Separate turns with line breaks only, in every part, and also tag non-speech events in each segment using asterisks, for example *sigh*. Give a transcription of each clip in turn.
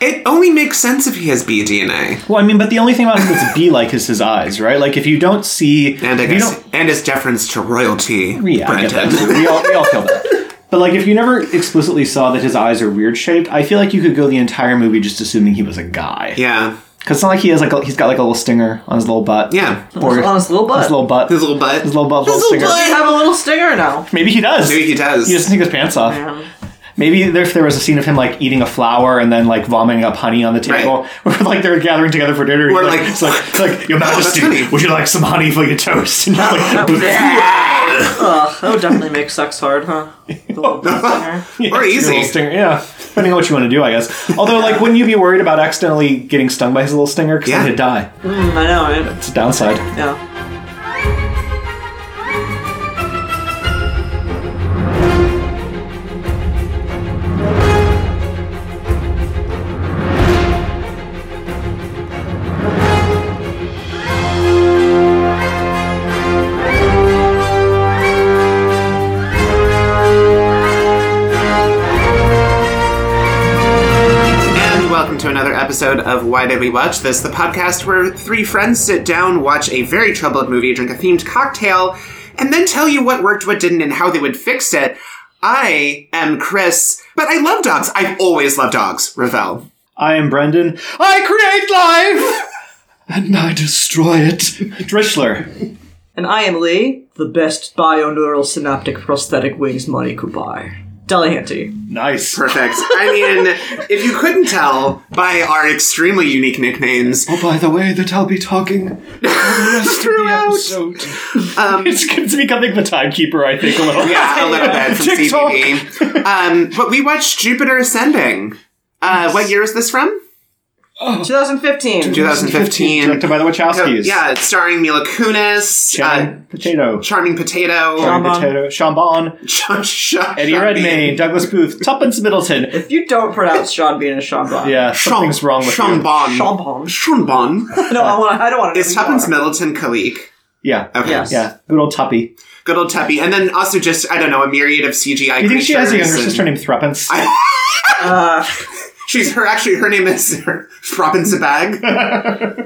It only makes sense if he has B DNA.
Well, I mean, but the only thing about him that's bee like is his eyes, right? Like if you don't see
And I
if you
guess,
don't-
and his deference to royalty,
yeah, I get
Brendan.
that. we all we all feel that. But like if you never explicitly saw that his eyes are weird shaped, I feel like you could go the entire movie just assuming he was a guy.
yeah,
Cause it's not like he has like a, he's got like a little stinger on his little butt.
yeah.
Or
on his little butt.
his little butt.
His little butt.
His little butt. little stinger.
Does he have a little stinger now?
Maybe he does.
Maybe he does.
He *laughs* doesn't take his pants off. Maybe there, if there was a scene of him like eating a flower and then like vomiting up honey on the table, *laughs* or like they're gathering together for dinner.
Or,
he's
like,
it's like, it's like, Your Majesty,
honey."
would you like some honey for your toast? *laughs* And you're like,
Ugh, that would definitely make sex hard, huh? The little butt
*laughs*
stinger.
or
Your little
easy.
stinger, yeah. Depending on what you want to do, I guess. Although, like, wouldn't you be worried about accidentally getting stung by his little stinger? Because
Yeah.
then he'd die.
Mm, I know, right?
It's a downside.
Yeah.
And welcome to another episode of Why Did We Watch This, the podcast where three friends sit down, watch a very troubled movie, drink a themed cocktail, and then tell you what worked, what didn't, and how they would fix it. I am Chris, but I love dogs. I've always loved dogs, Ravel.
I am Brendan. I create life! And I destroy it. Drishler.
And I am Lee, the best bioneural synaptic prosthetic wings money could buy. Delihanty.
Nice.
Perfect. I mean, if you couldn't tell by our extremely unique nicknames,
Oh, by the way, that I'll be talking for the rest
Throughout.
of the episode. *laughs* it's, it's becoming the timekeeper, I think, a little.
Um,
*laughs*
yeah, a little bit from
TikTok. *laughs*
CBD. Um, but we watched Jupiter Ascending. Uh, what year is this from?
2015.
2015.
Directed by the Wachowskis.
Yeah, uh, it's starring Mila Kunis, uh,
Shannon Potato.
Charming Potato, *laughs*
Charm-
Shannon Potato. Shambon.
Ch- Ch-
Eddie
Sean
Redmayne. Douglas Booth. Tuppence Middleton.
If you don't pronounce Sean Bean as Sean Bond.
Yeah,
Sean-
something's wrong with
Sean
you.
Bon.
Sean Bond.
Sean Bon.
*laughs*
No, I, wanna, I don't want to.
It's Tuppence Middleton Khalik.
Yeah.
Okay.
Yes.
Yeah. Good old Tuppy.
Good old Tuppy. And then also just, I don't know, a myriad of CGI
You think she has a younger
creatures and-
sister named *laughs* Threepence?
*laughs*
Uh,
She's her, actually, her name is *laughs* Throppins a Bag.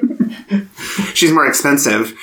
*laughs*
She's more expensive.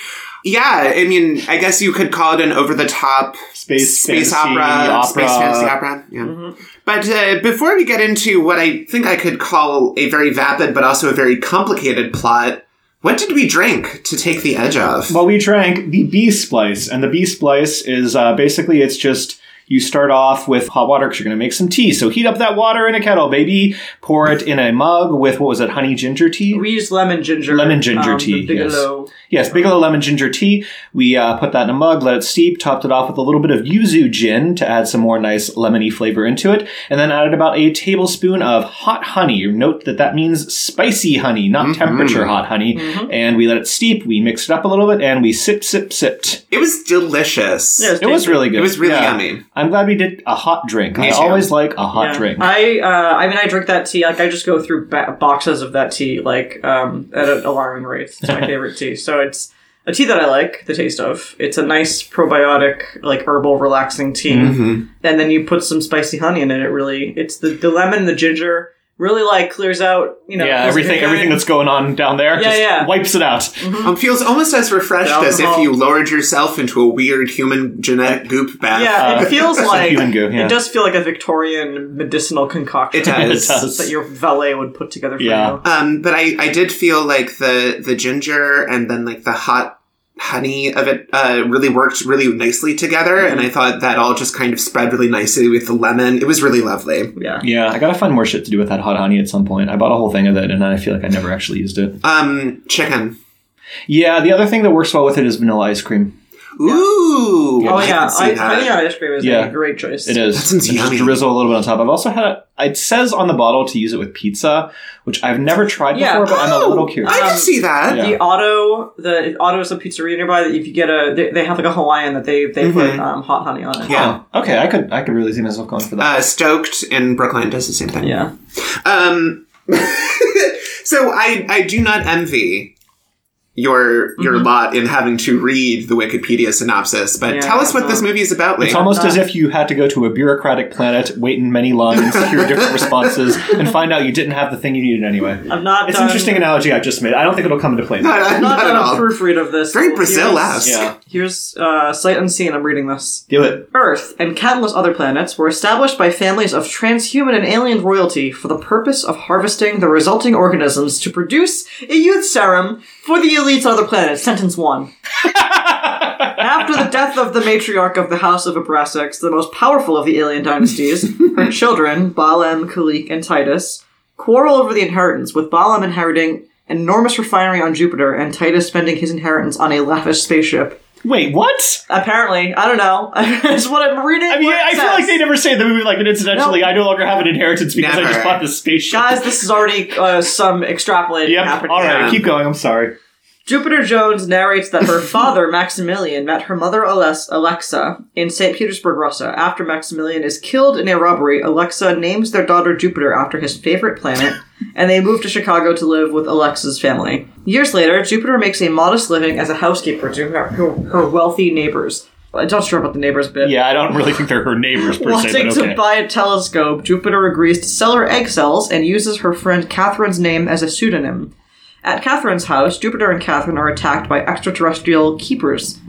Yeah, I mean, I guess you could call it an over the top
Space,
space
fantasy, Mm-hmm.
opera, space fantasy opera. Yeah. But uh, before we get into what I think I could call a very vapid but also a very complicated plot, what did we drink to take the edge off?
Well, we drank the bee splice, and the bee splice is uh, basically it's just you start off with hot water because you're going to make some tea. So heat up that water in a kettle, baby. Pour it in a mug with what was it, honey ginger tea?
we used lemon ginger.
Lemon ginger
um,
tea,
the Bigelow.
Yes, Bigelow lemon ginger tea. We uh, put that in a mug, let it steep, topped it off with a little bit of yuzu gin to add some more nice lemony flavor into it, and then added about a tablespoon of hot honey. Note that that means spicy honey, not
Mm-hmm.
temperature hot honey. And we let it steep, we mixed it up a little bit, and we sip, sip, sipped.
It was delicious.
Yeah,
It was really good.
It was really yummy.
I'm glad we did a hot drink. I
too.
always like a hot
Yeah.
drink.
I uh, I mean I drink that tea like I just go through ba- boxes of that tea like um, at an alarming rate.
*laughs*
It's my favorite tea. So it's a tea that I like the taste of. It's a nice probiotic like herbal relaxing tea.
Mm-hmm.
And then you put some spicy honey in it. It really it's the, the lemon and the ginger really like clears out you know
yeah,
clears
everything
your
everything
gut.
that's going on down there
Yeah,
just
yeah.
wipes it out.
Um, feels almost as refreshed
The
as if
alcohol.
you lowered yourself into a weird human genetic goop bath.
yeah
uh,
it feels
some
like
human goo, yeah.
it does feel like a Victorian medicinal concoction
It does.
*laughs* It does.
*laughs* that your valet would put together for
Yeah.
you.
Um, but I, I did feel like the the ginger and then like the hot honey of it uh, really worked really nicely together, and I thought that all just kind of spread really nicely with the lemon. It was really lovely.
Yeah.
Yeah, I gotta find more shit to do with that hot honey at some point. I bought a whole thing of it, and I feel like I never actually used it.
Um, chicken.
Yeah, the other thing that works well with it is vanilla ice cream.
Ooe.
Oh
I
yeah,
can see
I,
that.
honey on ice cream is
Yeah.
a great choice.
It is.
That sounds
And
yummy.
Just drizzle a little bit on top. I've also had. A, it says on the bottle to use it with pizza, which I've never tried
Yeah.
before, but I'm a little curious.
I can
Um,
see that.
yeah.
The auto, the auto is a pizzeria nearby. That if you get a, they, they have like a Hawaiian that they they put um, hot honey on it.
Mm-hmm. Yeah.
Huh. Okay, I could I could really see myself going for that.
Uh, Stoked in Brooklyn does the same thing.
yeah.
*laughs* Um, so I I do not envy your your lot in having to read the Wikipedia synopsis. But
Yeah,
tell us what
no.
this movie is about,
It's
Lane.
almost as if you had to go to a bureaucratic planet, wait in many lines,
*laughs*
hear different responses, and find out you didn't have the thing you needed anyway.
I've not.
It's an
done,
interesting analogy I just made. I don't think it'll come into
*laughs*
play.
not, not,
I've not,
at
done a
all.
proofread of this.
Very
Here's-
Brazil-esque.
Yeah.
Here's uh, sight unseen. I'm reading this.
Do it.
Earth and countless other planets were established by families of transhuman and alien royalty for the purpose of harvesting the resulting organisms to produce a youth serum for the elites of other planets. Sentence one. After the death of the matriarch of the House of Abrasax, the most powerful of the alien dynasties, her children, Balaam, Kalik, and Titus, quarrel over the inheritance, with Balaam inheriting an enormous refinery on Jupiter and Titus spending his inheritance on a lavish spaceship.
Wait, what?
Apparently, I don't know. *laughs* That's what I'm reading.
I mean,
what it
I feel
says.
like they never say in the movie like, and incidentally,
No.
I no longer have an inheritance because I
Never.
just bought this spaceship.
Guys, this is already uh, some extrapolating
Yep.
happening.
All right,
Yeah.
keep going. I'm sorry.
Jupiter Jones narrates that
*laughs*
her father, Maximilian, met her mother, Ales- Alexa, in St. Petersburg, Russia. After Maximilian is killed in a robbery, Alexa names their daughter Jupiter after his favorite planet, and they move to Chicago to live with Alexa's family. Years later, Jupiter makes a modest living as a housekeeper to her, her, her wealthy neighbors. I'm not sure about the neighbors bit.
Yeah, I don't really think they're her neighbors per se,
Wanting
but okay.
to buy a telescope, Jupiter agrees to sell her egg cells and uses her friend Catherine's name as a pseudonym. At Catherine's house, Jupiter and Catherine are attacked by extraterrestrial keepers.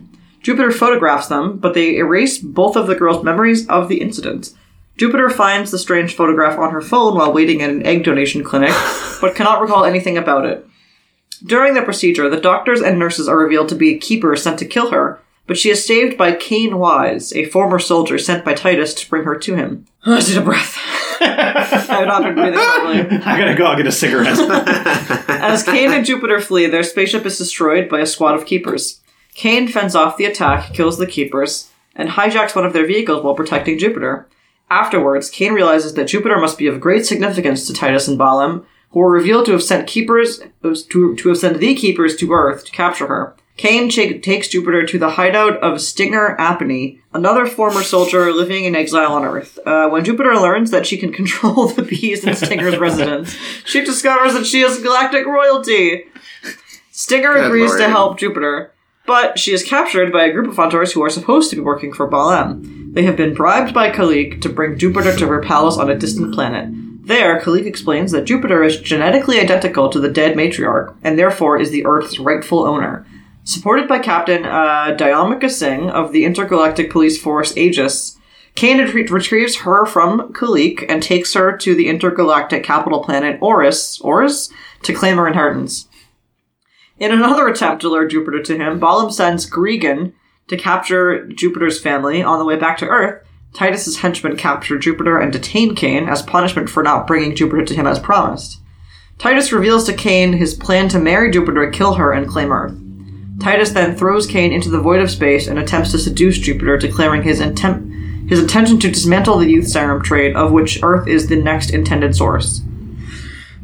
Jupiter photographs them, but they erase both of the girls' memories of the incident. Jupiter finds the strange photograph on her phone while waiting at an egg donation *laughs* clinic, but cannot recall anything about it. During the procedure, the doctors and nurses are revealed to be keepers sent to kill her, but she is saved by Cain Wise, a former soldier sent by Titus to bring her to him. *sighs* I did a *laughs* breath. I've not been breathing *laughs* properly.
*laughs* I gotta go. I'll get
*laughs*
a cigarette.
As Cain and Jupiter flee, their spaceship is destroyed by a squad of keepers. Cain fends off the attack, kills the keepers, and hijacks one of their vehicles while protecting Jupiter. Afterwards, Cain realizes that Jupiter must be of great significance to Titus and Balaam, who are revealed to have sent keepers to, to have sent the keepers to Earth to capture her. Cain cha- takes Jupiter to the hideout of Stinger Apony, another former soldier living in exile on Earth. Uh, when Jupiter learns that she can *laughs* control the bees in Stinger's residence, she discovers that she is galactic royalty. Stinger
Good
agrees to
lord.
help Jupiter, but she is captured by a group of hunters who are supposed to be working for Balaam. They have been bribed by Kalik to bring Jupiter to her palace on a distant planet. There, Kalik explains that Jupiter is genetically identical to the dead matriarch, and therefore is the Earth's rightful owner. Supported by Captain uh, Diomika Singh of the Intergalactic Police Force Aegis, Kane retrie- retrieves her from Kalik and takes her to the intergalactic capital planet Oris, Oris to claim her inheritance. In another attempt to lure Jupiter to him, Balaam sends Gregan to capture Jupiter's family. On the way back to Earth, Titus's henchmen capture Jupiter and detain Kane as punishment for not bringing Jupiter to him as promised. Titus reveals to Kane his plan to marry Jupiter, kill her, and claim Earth. Titus then throws Kane into the void of space and attempts to seduce Jupiter, declaring his intent his intention to dismantle the youth serum trade, of which Earth is the next intended source.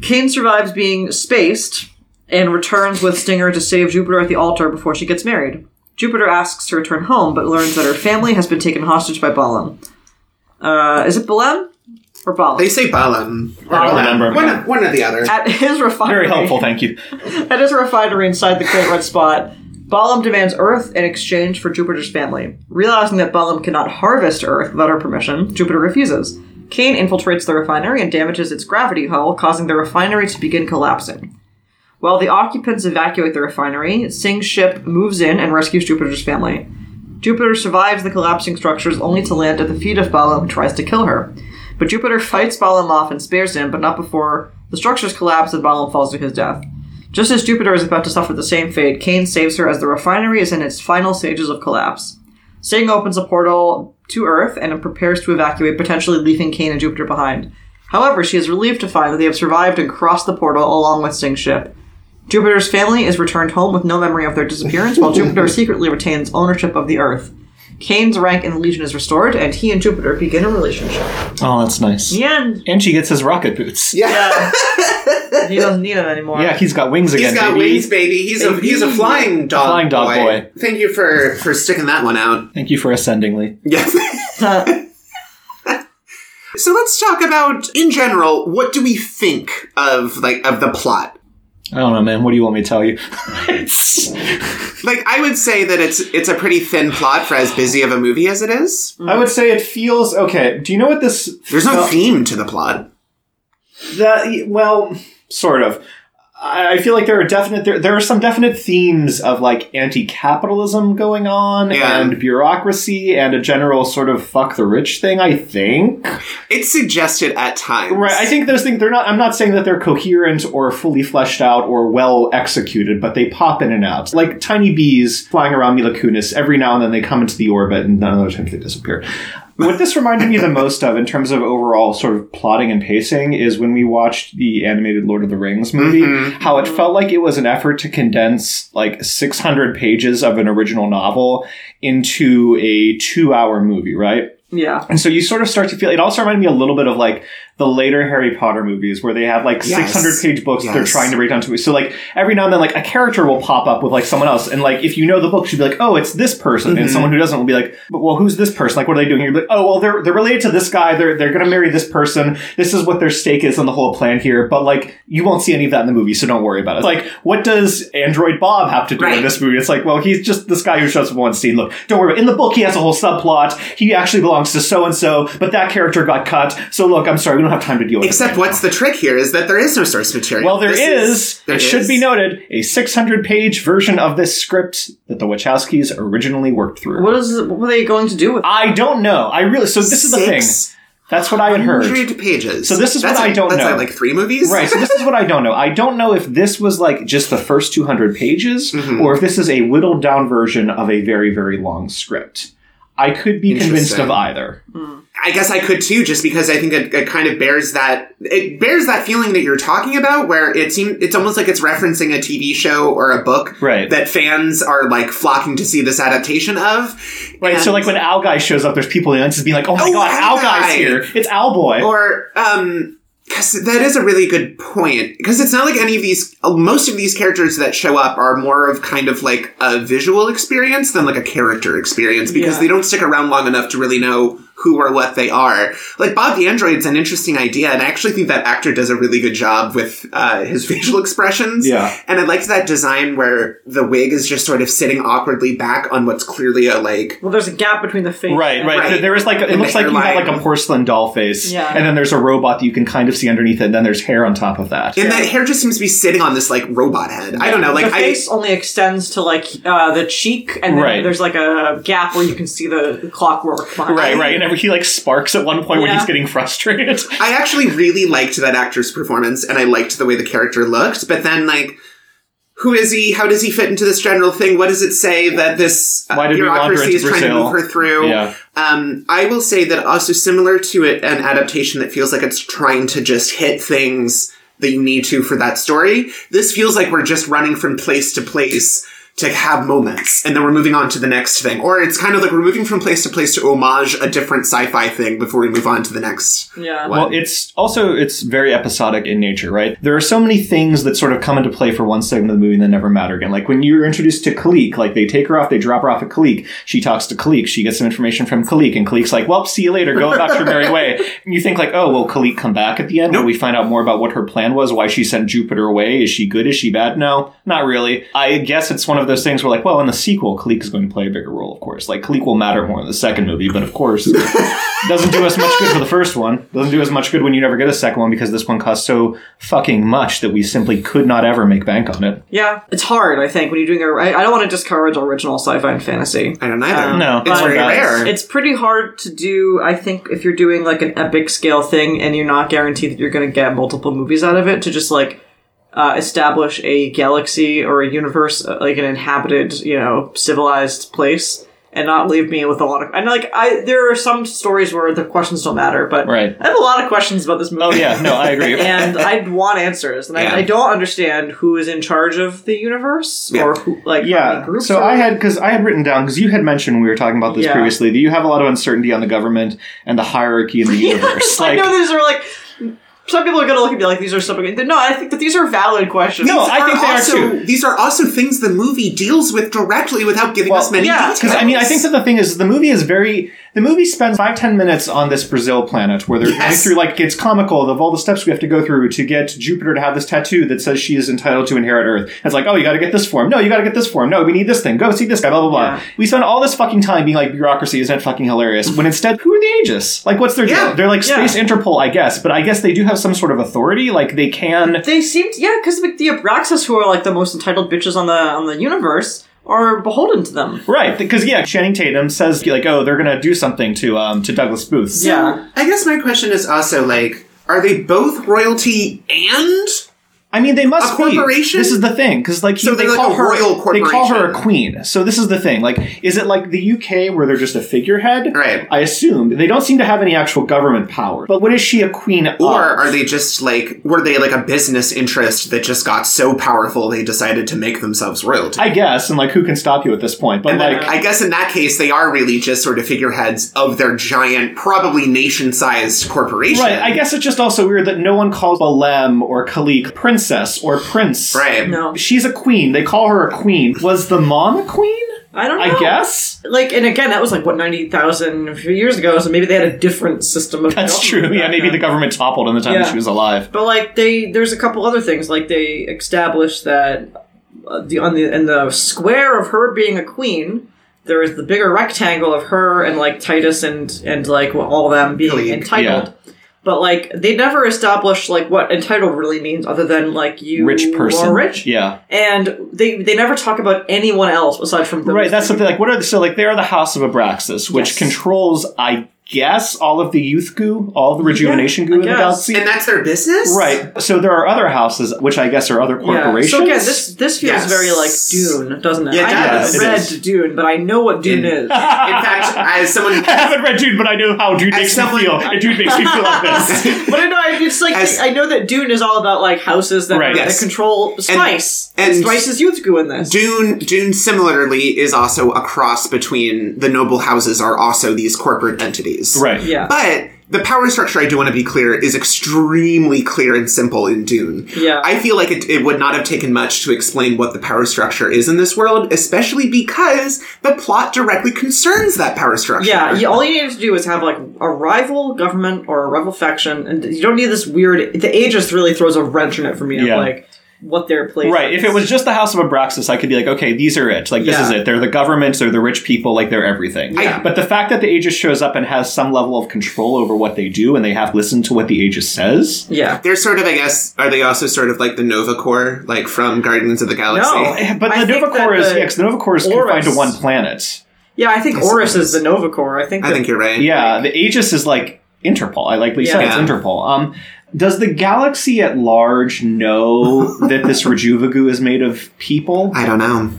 Kane survives being spaced and returns with Stinger to save Jupiter at the altar before she gets married. Jupiter asks to return home, but learns that her family has been taken hostage by Balaam. Uh, is it Balaam or Balaam?
They say Balaam.
I don't remember.
One, of- one or the other.
At his
Very
refinery,
helpful, thank you.
That is a refinery inside the Great Red Spot. Balaam demands Earth in exchange for Jupiter's family. Realizing that Balaam cannot harvest Earth without her permission, Jupiter refuses. Cain infiltrates the refinery and damages its gravity hull, causing the refinery to begin collapsing. While the occupants evacuate the refinery, Singh's ship moves in and rescues Jupiter's family. Jupiter survives the collapsing structures only to land at the feet of Balaam, who tries to kill her. But Jupiter fights Balaam off and spares him, but not before the structures collapse and Balaam falls to his death. Just as Jupiter is about to suffer the same fate, Cain saves her as the refinery is in its final stages of collapse. Sting opens a portal to Earth and prepares to evacuate, potentially leaving Cain and Jupiter behind. However, she is relieved to find that they have survived and crossed the portal along with Sting's ship. Jupiter's family is returned home with no memory of their disappearance, while Jupiter secretly retains ownership of the Earth. Cain's rank in the Legion is restored, and he and Jupiter begin a relationship.
Oh, that's nice.
The end.
And she gets his rocket boots.
yeah.
Yeah. he doesn't need it anymore.
Yeah, he's got wings
*laughs*
again.
He's got
baby.
wings, baby. He's a he's a flying dog.
Flying dog boy.
Thank you for for sticking that one out.
Thank you for ascendingly.
Yes. *laughs*
Uh,
so let's talk about in general. What do we think of like of the plot?
I don't know, man. What do you want me to tell you? *laughs* It's-
Like I would say that it's it's a pretty thin plot for as busy of a movie as it is.
I would say it feels okay. Do you know what this?
There's no
felt-
theme to the plot.
That well, sort of. I I feel like there are definite there, there are some definite themes of like anti-capitalism going on
Yeah.
and bureaucracy and a general sort of fuck the rich thing. I think
It's suggested at times.
right. I think those things they're not. I'm not saying that they're coherent or fully fleshed out or well executed, but they pop in and out like tiny bees flying around Mila Kunis. Every now and then they come into the orbit, and then other times they disappear. What this reminded me the most of in terms of overall sort of plotting and pacing is when we watched the animated Lord of the Rings movie,
Mm-hmm.
how it felt like it was an effort to condense like 600 pages of an original novel into a two hour movie, right?
*laughs* Yeah.
And so you sort of start to feel it also reminded me a little bit of like the later Harry Potter movies where they have like
Yes.
600 page books that they're
Yes.
trying to break down to. So like every now and then like a character will pop up with like someone else and like if you know the book you'd be like, "Oh, it's this person." And someone who doesn't will be like, "But well, who's this person? Like what are they doing?" You're like, "Oh, well they're they're related to this guy. They're they're going to marry this person. This is what their stake is on the whole plan here." But like you won't see any of that in the movie, so don't worry about it. Like what does Android Bob have to do in
Right.
this this movie. It's like, well, he's just this guy who shows up in one scene. Look, don't worry. In the book, he has a whole subplot. He actually belongs to so and so, but that character got cut. So look, I'm sorry, we don't have time to deal with.
Except
it.
what's the trick here is that there is no source material.
Well, there
This
is.
there
it should
is.
be noted a 600 page version of this script that the Wachowskis originally worked through.
What is? What were they going to do with?
I don't know. I really. So this is the thing.
Six
That's what I had heard.
hundred pages.
So this is
that's
what I
like-
don't
that's
know.
like, like three movies,
Right, so this is what I don't know. I don't know if this was like just the first 200 pages
Mm-hmm.
or if this is a whittled down version of a very, very long script. I could be convinced
Interesting.
of either.
I guess I could too, just because I think it, it kind of bears that it bears that feeling that you're talking about, where it seems it's almost like it's referencing a TV show or a book
Right.
that fans are like flocking to see this adaptation of.
Right, so
And-
like when Owl Guy shows up, there's people in the audience just being like, oh my
Oh,
god,
Owl
Owl Guy's
Guy!"
here. It's Owl Boy.
or um, because that is a really good point. Because it's not like any of these. uh, Most of these characters that show up are more of kind of like a visual experience than like a character experience because
Yeah.
they don't stick around long enough to really know who or what they are. Like Bob the Android's an interesting idea, and I actually think that actor does a really good job with uh, his *laughs* facial expressions.
Yeah.
and I liked that design where the wig is just sort of sitting awkwardly back on what's clearly a like.
Well, there's a gap between the face.
Right, right.
Right.
There- There is like it
And
looks
the
like you have
hairline.
like a porcelain doll face,
Yeah.
and then there's a robot that you can kind of see underneath it, and then there's hair on top of that.
And that hair just seems to be sitting on this like robot head. I don't know, like
the
I.
face only extends to like uh, the cheek, and then
Right.
there's like a gap where you can see the clockwork. line.
Right, right. And every, he like sparks at one point when
Yeah.
he's getting frustrated.
I actually really liked that actor's performance and I liked the way the character looked, but then like who is he? How does he fit into this general thing? What does it say that this uh,
Why did we wander
bureaucracy
into
is trying to
Brazil?
move her through?
*laughs* Yeah.
Um, I will say that also similar to it, an adaptation that feels like it's trying to just hit things that you need to for that story. This feels like we're just running from place to place to have moments, and then we're moving on to the next thing. Or it's kind of like we're moving from place to place to homage a different sci-fi thing before we move on to the next.
Yeah.
What?
Well, it's also it's very episodic in nature, right? There are so many things that sort of come into play for one segment of the movie and then never matter again. Like when you're introduced to Kalik, like they take her off, they drop her off at Kalik. She talks to Kalik. She gets some information from Kalik, and Kalik's like, "Well, see you later. Go about your merry way." And you think like, "Oh, will Kalik come back at the end? Will we find out more about what her plan was? Why she sent Jupiter away? Is she good? Is she bad? No, not really. I guess it's one of those things where like, well, in the sequel, Kalik is going to play a bigger role, of course. Like Kalik will matter more in the second movie, but of course." doesn't do as much good for the first one. Doesn't do as much good when you never get a second one because this one cost so fucking much that we simply could not ever make bank on it.
Yeah. It's hard, I think, when you're doing a. I, I don't want to discourage original sci-fi and fantasy.
I don't either.
Um, No,
it's
but-
very rare.
It's pretty hard to do, I think, if you're doing like an epic scale thing and you're not guaranteed that you're going to get multiple movies out of it to just like uh, establish a galaxy or a universe, uh, like an inhabited, you know, civilized place. And not leave me with a lot of and like I there are some stories where the questions don't matter, but
Right.
I have a lot of questions about this movie.
Oh yeah, no, I
*laughs*
agree.
and I want answers, and
Yeah.
I, I don't understand who is in charge of the universe
Yeah.
or who like how many
Yeah.
groups
So
are
I had because I had written down because you had mentioned when we were talking about this
Yeah.
previously that you have a lot of uncertainty on the government and the hierarchy
*laughs*
in the universe.
I know these are like some people are gonna look at me like these are something. No, I think that these are valid questions.
No, oh, I think they are
also,
too.
These are also things the movie deals with directly without giving
Well,
us many
yeah, 'cause
details.
Because I mean, I think that the thing is, the movie is very The movie spends five ten minutes on this Brazil planet where they're going
Yes.
through like it's comical of all the steps we have to go through to get Jupiter to have this tattoo that says she is entitled to inherit Earth. And it's like, oh, you got to get this form. No, you got to get this form. No, we need this thing. Go see this guy. Blah blah blah.
Yeah.
We spend all this fucking time being like bureaucracy isn't that fucking hilarious. When instead, who are the Aegis? Like, what's their
Yeah.
job? They're like
Yeah.
space Interpol, I guess. But I guess they do have some sort of authority. Like they can.
They seemed yeah, because the, the Abraxas, who are like the most entitled bitches on the on the universe, are beholden to them.
Right, because yeah, Channing Tatum says like, "Oh, they're gonna do something to um to Douglas Booth."
Yeah.
I guess my question is also like, are they both royalty and
I mean, they must
A
be.
corporation?
This is the thing, because like, he-
So
they
they're like
call
a
her
royal
They call her a
corporation.
queen. So this is the thing. Like, is it like the UK where they're just a figurehead?
Right.
I assumed they don't seem to have any actual government power. But what is she a queen of?
or are they just like were they like a business interest that just got so powerful they decided to make themselves royalty?
I guess, and like, who can stop you at this point? But
And then
like,
I guess in that case, they are really just sort of figureheads of their giant, probably nation-sized corporation.
right? I guess it's just also weird that no one calls Balem or Khalik princess or prince.
Right.
No,
She's a queen. They call her a queen. Was the mom a queen?
I don't. know.
I guess.
Like, and again, that was like what ninety thousand years ago. So maybe they had a different system of.
That's true.
government
Yeah,
back
maybe
then.
the government toppled in the time that
Yeah.
she was alive.
But like they, there's a couple other things. Like they established that uh, the on the in the square of her being a queen, there is the bigger rectangle of her and like Titus and and like all of them being
Clique,
entitled. But like they never established like what entitled really means, other than like you
Rich person.
are rich,
Yeah.
and they they never talk about anyone else aside from those
Right, that's the
three.
thing. Like, what are the, so like? They are the House of Abraxas, which
Yes.
controls, I guess, all of the youth goo, all the rejuvenation
I
goo in the
guess.
galaxy.
And that's their business,
right. So there are other houses, which I guess are other
Yeah.
corporations.
So again, this this feels
Yes.
very like Dune, doesn't it?
Yeah, it
I haven't
does. It
read
is.
Dune, but I know what Dune
Yeah.
*laughs*
is.
In fact, as someone
I haven't read Dune, but I know how Dune
As
makes
someone-
me feel. And Dune makes me feel like
*laughs*
this.
But I know I- it's like
As-
I know that Dune is all about like houses that,
Right.
that
Yes.
control Spice, and,
and-
Spice's youth grew in this.
Dune, Dune similarly is also a cross between the noble houses are also these corporate entities.
right.
yeah,
But the power structure, I do want to be clear, is extremely clear and simple in Dune.
Yeah.
I feel like it, it would not have taken much to explain what the power structure is in this world, especially because the plot directly concerns that power structure.
yeah. You, all you needed to do was have like a rival government or a rival faction, and you don't need this weird. The Aegis really throws a wrench in it for me.
Yeah.
Of, like what their place.
Right. If it was just the House of Abraxas, I could be like, okay, these are it. Like, this
Yeah.
is it. They're the governments, they're the rich people, like, they're everything.
Yeah.
But the fact that the Aegis shows up and has some level of control over what they do and they have to listen to what the Aegis says.
Yeah.
They're sort of, I guess, are they also sort of like the Nova Corps, like from Guardians of the Galaxy?
*laughs*
No.
But
I
the
think
Nova
that
Corps is,
the
yeah, 'cause the Nova Corps is confined to
Oris-
one planet.
Yeah, I think Oris is the Nova Corps. I think.
I
that-
think you're right.
Yeah, the Aegis is like Interpol. I like what you said,
Yeah.
it's Interpol. Um, does the galaxy at large know
*laughs*
that this Rejuvagoo is made of people?
I don't know.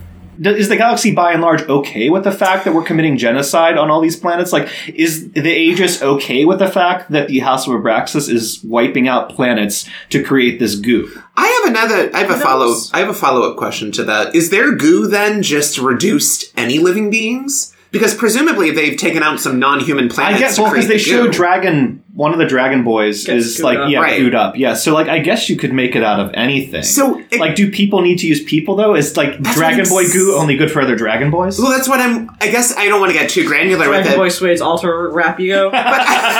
Do- Is the galaxy by and large okay with the fact that we're committing genocide on all these planets? Like, is the Aegis okay with the fact that the House of Abraxas is wiping out planets to create this goo?
I have another. I have a
Who
follow.
knows?
I have a follow up question to that. Is their goo then just reduced any living beings? Because presumably they've taken out some non human planets.
I guess
to
well because
create
they
the
show
goo.
dragon one of the dragon boys
Gets
is
gooed
like
up.
yeah
Right.
gooed up yeah so like I guess you could make it out of anything
So, it-
like do people need to use people though is like
That's
dragon
what I'm
boy
s-
goo only good for other dragon boys *laughs*
Well, that's what I'm. I guess I don't want to get too granular
Dragon
with it.
Boy Suede's alter
*laughs*
rapio.
But,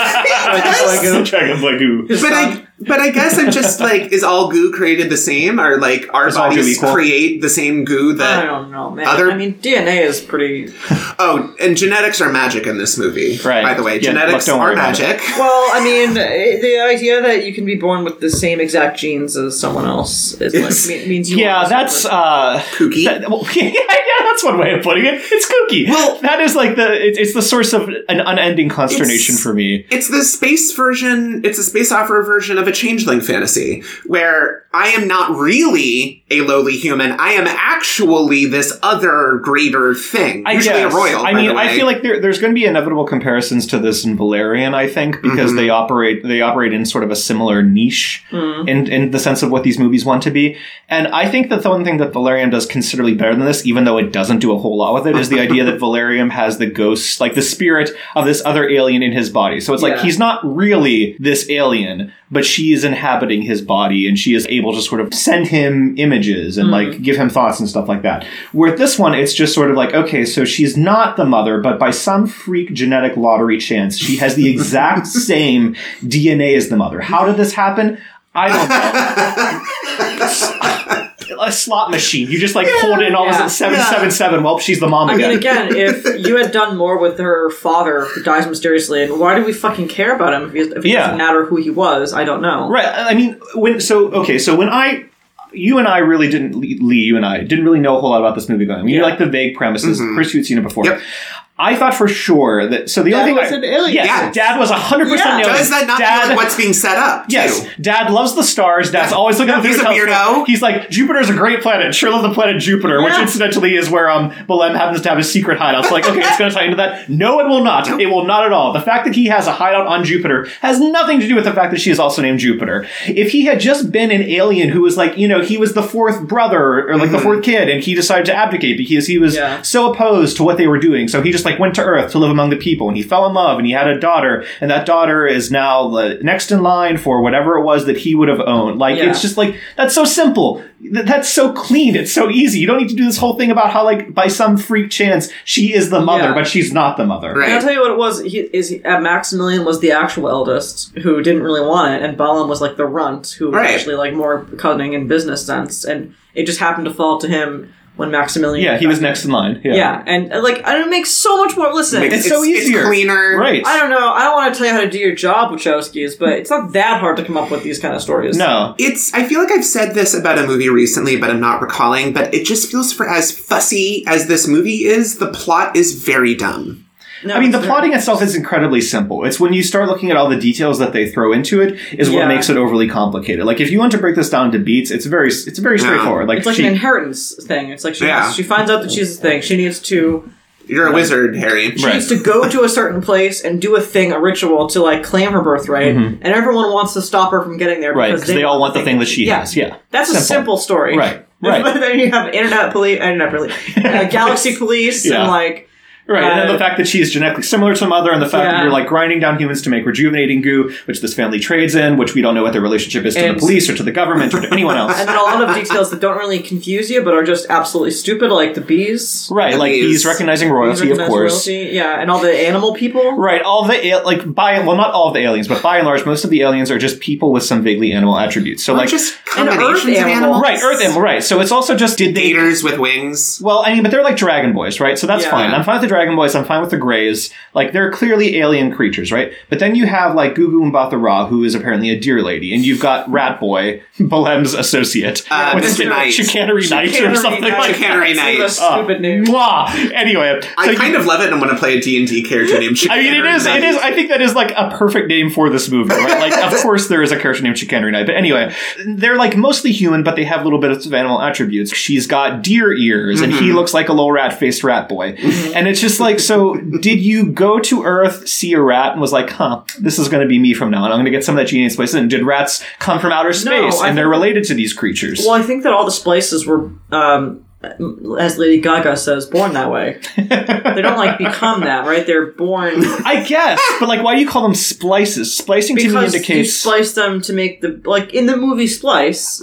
*laughs*
I,
Dragon Boy goo.
dragon boy goo
His
but
son.
I. But I guess I'm just like, is all goo created the same, or like our
Is all goo
bodies
equal?
create the same goo
I
that?
don't know, man.
Other-
I mean, DNA is pretty.
Oh, and genetics are magic in this movie,
Right.
By the way,
Yeah,
genetics
don't worry
are
about it.
magic.
Well, I mean, eh, the idea that you can be born with the same exact genes as someone else is
It's-
like, me- means
*laughs*
you
yeah
are
that's
separate.
uh *laughs*
Kooky.
that- well, yeah, yeah, that's one way of putting it. It's kooky.
Well-
that is like the it, it's the source of an unending consternation
It's-
for me.
It's the space version, it's a space opera version of a changeling fantasy, where I am not really a lowly human. I am actually this other greater thing.
I
usually
guess.
a royal.
I
by
mean,
the
I
way.
feel like there, there's going to be inevitable comparisons to this in Valerian. I think
Mm-hmm.
because they operate they operate in sort of a similar niche
hmm.
in in the sense of what these movies want to be. And I think that the one thing that Valerian does considerably better than this, even though it doesn't do a whole lot with it, is the
*laughs*
idea that Valerian has the ghost, like the spirit of this other alien in his body. So it's like
Yeah.
he's not really this alien, but she is inhabiting his body, and she is able to sort of send him images
Hmm.
and like give him thoughts and stuff like that. Where this one, it's just sort of like, okay, so she's not the mother, but by some freak genetic lottery chance, she has the
*laughs*
exact same DNA as the mother. How did this happen? I don't
*laughs*
know. A slot machine. You just like pulled it and all of a
Yeah.
sudden seven seven seven. Well, she's the mom
I
again.
mean, again, if you had done more with her father who dies mysteriously, and why do we fucking care about him if, he, if it
Yeah.
doesn't matter who he was? I don't know.
Right. I mean, when so okay, so when I you and I really didn't Lee, you and I didn't really know a whole lot about this movie going. We knew
Yeah.
like the vague premises. Chris, you'd seen it before.
Mm-hmm. Yep.
I thought for sure that so the
Dad
only thing
was
I,
an alien.
Yes,
Yeah.
Dad was hundred
Yeah.
percent alien.
Does that not
Dad,
feel like what's being set up? too?
Yes, Dad loves the stars. Dad's always looking through
He's
the
a
telescope.
weirdo.
He's like Jupiter's a great planet. Sure love the planet Jupiter, which
Yeah.
incidentally is where um Belem happens to have his secret hideout. So like, okay, it's going to tie into that. No, it will not. It will not at all. The fact that he has a hideout on Jupiter has nothing to do with the fact that she is also named Jupiter. If he had just been an alien who was like, you know, he was the fourth brother or like the fourth kid, and he decided to abdicate because he was
Yeah.
so opposed to what they were doing. So he just like went to Earth to live among the people, and he fell in love, and he had a daughter, and that daughter is now the next in line for whatever it was that he would have owned. Like
Yeah.
it's just like that's so simple, Th- that's so clean, it's so easy. You don't need to do this whole thing about how like by some freak chance she is the mother,
Yeah.
but she's not the mother.
Right.
And I'll tell you what it was. He, is he, uh, Maximilian was the actual eldest who didn't really want it, and Balam was like the runt who was
Right.
actually like more cunning in business sense, and it just happened to fall to him when Maximilian.
Yeah, he was next in line. Yeah.
Yeah, and uh, like I don't make so much more. Listen,
Makes-
It's so easier.
It's cleaner.
Right.
I don't know. I don't want to tell you how to do your job, Wachowskis, but it's not that hard to come up with these kind of stories.
No.
It's. I feel like I've said this about a movie recently, but I'm not recalling. But it just feels for as fussy as this movie is, the plot is very dumb.
No,
I mean, the
it's-
plotting itself is incredibly simple. It's when you start looking at all the details that they throw into it is what
Yeah.
makes it overly complicated. Like if you want to break this down into beats, it's very it's very straightforward. Like,
It's like
she-
an inheritance thing. It's like she
Yeah.
she finds out that she's a thing. She needs to
You're a wizard, Harry.
she
Right.
needs to go to a certain place and do a thing, a ritual to like claim her birthright, and everyone wants to stop her from getting there
Mm-hmm. right
because
because they, all want the thing that she
Yeah.
has. Yeah,
That's a simple story, *laughs*
Right, right.
but then you have internet police, internet police,
*laughs*
uh, galaxy police,
Yeah.
and like
Right, and then
Uh,
the fact that she is genetically similar to mother, and the fact that
Yeah.
you're like grinding down humans to make rejuvenating goo, which this family trades in, which we don't know what their relationship is to
And-
the police or to the government or to anyone else. *laughs*
and then a lot of details that don't really confuse you, but are just absolutely stupid, like the bees.
right, like
Bees.
he's recognizing royalty,
Recognize
of course.
royalty, yeah, and all the animal
*laughs*
people.
Right, all the al- like by well, not all of the aliens, but by and large, most of the aliens are just people with some vaguely animal attributes. So
Or
like,
just
an earth
combinations of
animal.
animals.
right, Earth animal, right. So it's also just did they
Gators with wings.
Well, I mean, but they're like Dragon Boys, right? So that's
Yeah.
fine. I'm fine with the Dragon Boys. I'm fine with the Greys. Like, they're clearly alien creatures, right? But then you have, like, Gugu Mbatha-Raw, who is apparently a deer lady. And you've got Rat Boy, Balem's associate.
Uh,
What is
Mr.
it?
Knight.
Chicanery Knight or
Canary
something
Knight.
like Ah. that.
Canary
It's
Knight.
the Stupid name.
Mwah! Anyway. so
I
you-
kind of love it and want to play a D&D character named
*laughs* I mean, it
Chicanery
is. It
Knight.
is. I think that is like a perfect name for this movie, right? Like,
*laughs*
of course, there is a character named Chicanery Knight, but anyway, they're like mostly human, but they have little bits of animal attributes. She's got deer ears, and
Mm-hmm.
he looks like a little rat-faced rat boy, and it's just like, so did you go to Earth, see a rat, and was like, huh, this is going to be me from now on. I'm going to get some of that genius places. And did rats come from outer space,
I
and they're
think-
related to these creatures?
Well, I think that all the splices were, um, as Lady Gaga says, born that way. they don't like become that, right?
*laughs*
They're born
I guess, but like, why do you call them splices? Splicing to me
because you
indicates.
splice them to make the like in the movie Splice.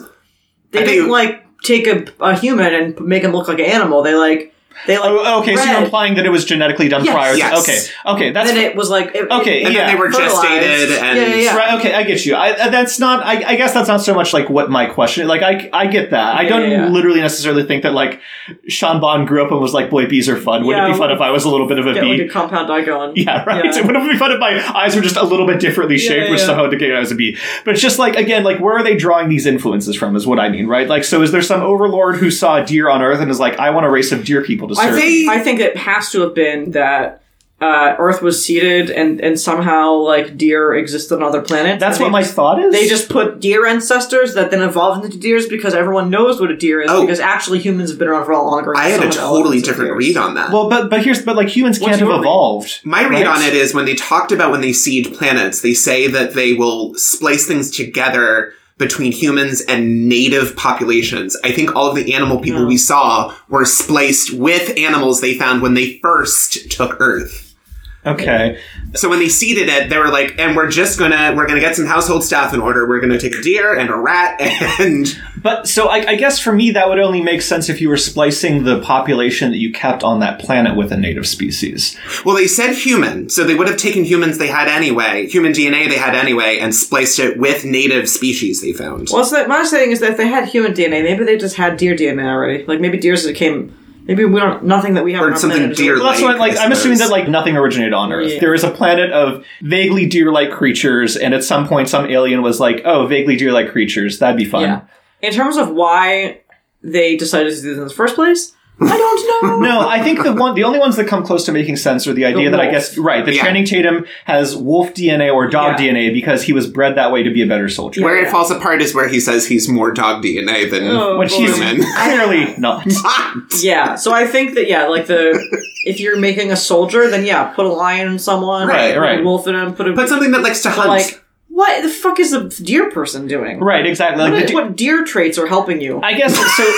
They
I think
didn't
it-
like take a, a human and make him look like an animal. They like they like
Oh, okay, so you're
bred,
implying that it was genetically done
Yes.
prior. to-
Yes.
Okay, okay, that's
Then it was like it,
Okay,
it-
And
yeah.
then they were
fertilized.
gestated and...
Yeah, yeah, yeah.
Right, okay, I get you. I, uh, that's not. I, I guess that's not so much like what my question. Like, I, I get that. I
Yeah,
don't
yeah, yeah.
literally necessarily think that like Sean Bond grew up and was like, "Boy, bees are fun. Wouldn't it
Yeah,
be fun if I was a little bit of a
get like
bee?"
a compound eye
*laughs*
going.
yeah, right.
Yeah.
Wouldn't it be fun if my eyes were just a little bit differently shaped,
yeah,
which
yeah.
somehow indicated I was a bee? But it's just like again, like where are they drawing these influences from? Is what I mean, right? Like, so is there some overlord who saw a deer on Earth and is like, "I want a race of deer people to
I
serve"?
think I think it has to have been that uh, Earth was seeded and and somehow like deer exist on other planets.
that's
And
what
they-
my thought is.
They just put deer ancestors that then evolved into deers because everyone knows what a deer is
Oh.
because actually humans have been around for a lot longer. than
I had a
someone else
totally
is
different
deers.
read on that.
Well, but but here's but like humans
What's
can't have
your read?
evolved.
My read
right?
on it is when they talked about when they seed planets, they say that they will splice things together between humans and native populations. I think all of the animal people
Oh.
we saw were spliced with animals they found when they first took Earth.
Okay.
So when they seeded it, they were like, "And we're just gonna we're gonna get some household stuff in order. We're gonna take a deer and a rat *laughs* and
But so I, I guess for me that would only make sense if you were splicing the population that you kept on that planet with a native species.
well, they said human, so they would have taken humans they had anyway, human DNA they had anyway, and spliced it with native species they found.
Well, so that, my thing is that if they had human DNA, maybe they just had deer DNA already. Like maybe deers that came. Maybe we don't nothing that we have.
Or
on our
something
planet is-
deer-
Well, that's what
Like,
like
I
I'm assuming that
suppose.
like nothing originated on Earth.
Yeah.
There is a planet of vaguely deer-like creatures, and at some point some alien was like, "Oh, vaguely deer-like creatures, that'd be fun."
Yeah. In terms of why they decided to do this in the first place, I
*laughs*
don't know.
No, I think the one, the only ones that come close to making sense are the idea that I
wolf.
guess right that
Yeah.
Channing Tatum has wolf DNA or dog
Yeah.
DNA because he was bred that way to be a better soldier,
where it
yeah.
falls apart is where he says he's more dog DNA than
Oh,
which he's
human.
*laughs* clearly not.
yeah, so I think that yeah,
*laughs*
like the if you're making a soldier, then yeah, put a lion in someone,
Right,
put a
right.
wolf in him, put a
But something that likes to
but,
hunt.
like what the fuck is the deer person doing?
Right, exactly. Like,
What,
the
is-
d-
what deer traits are helping you?
I guess so.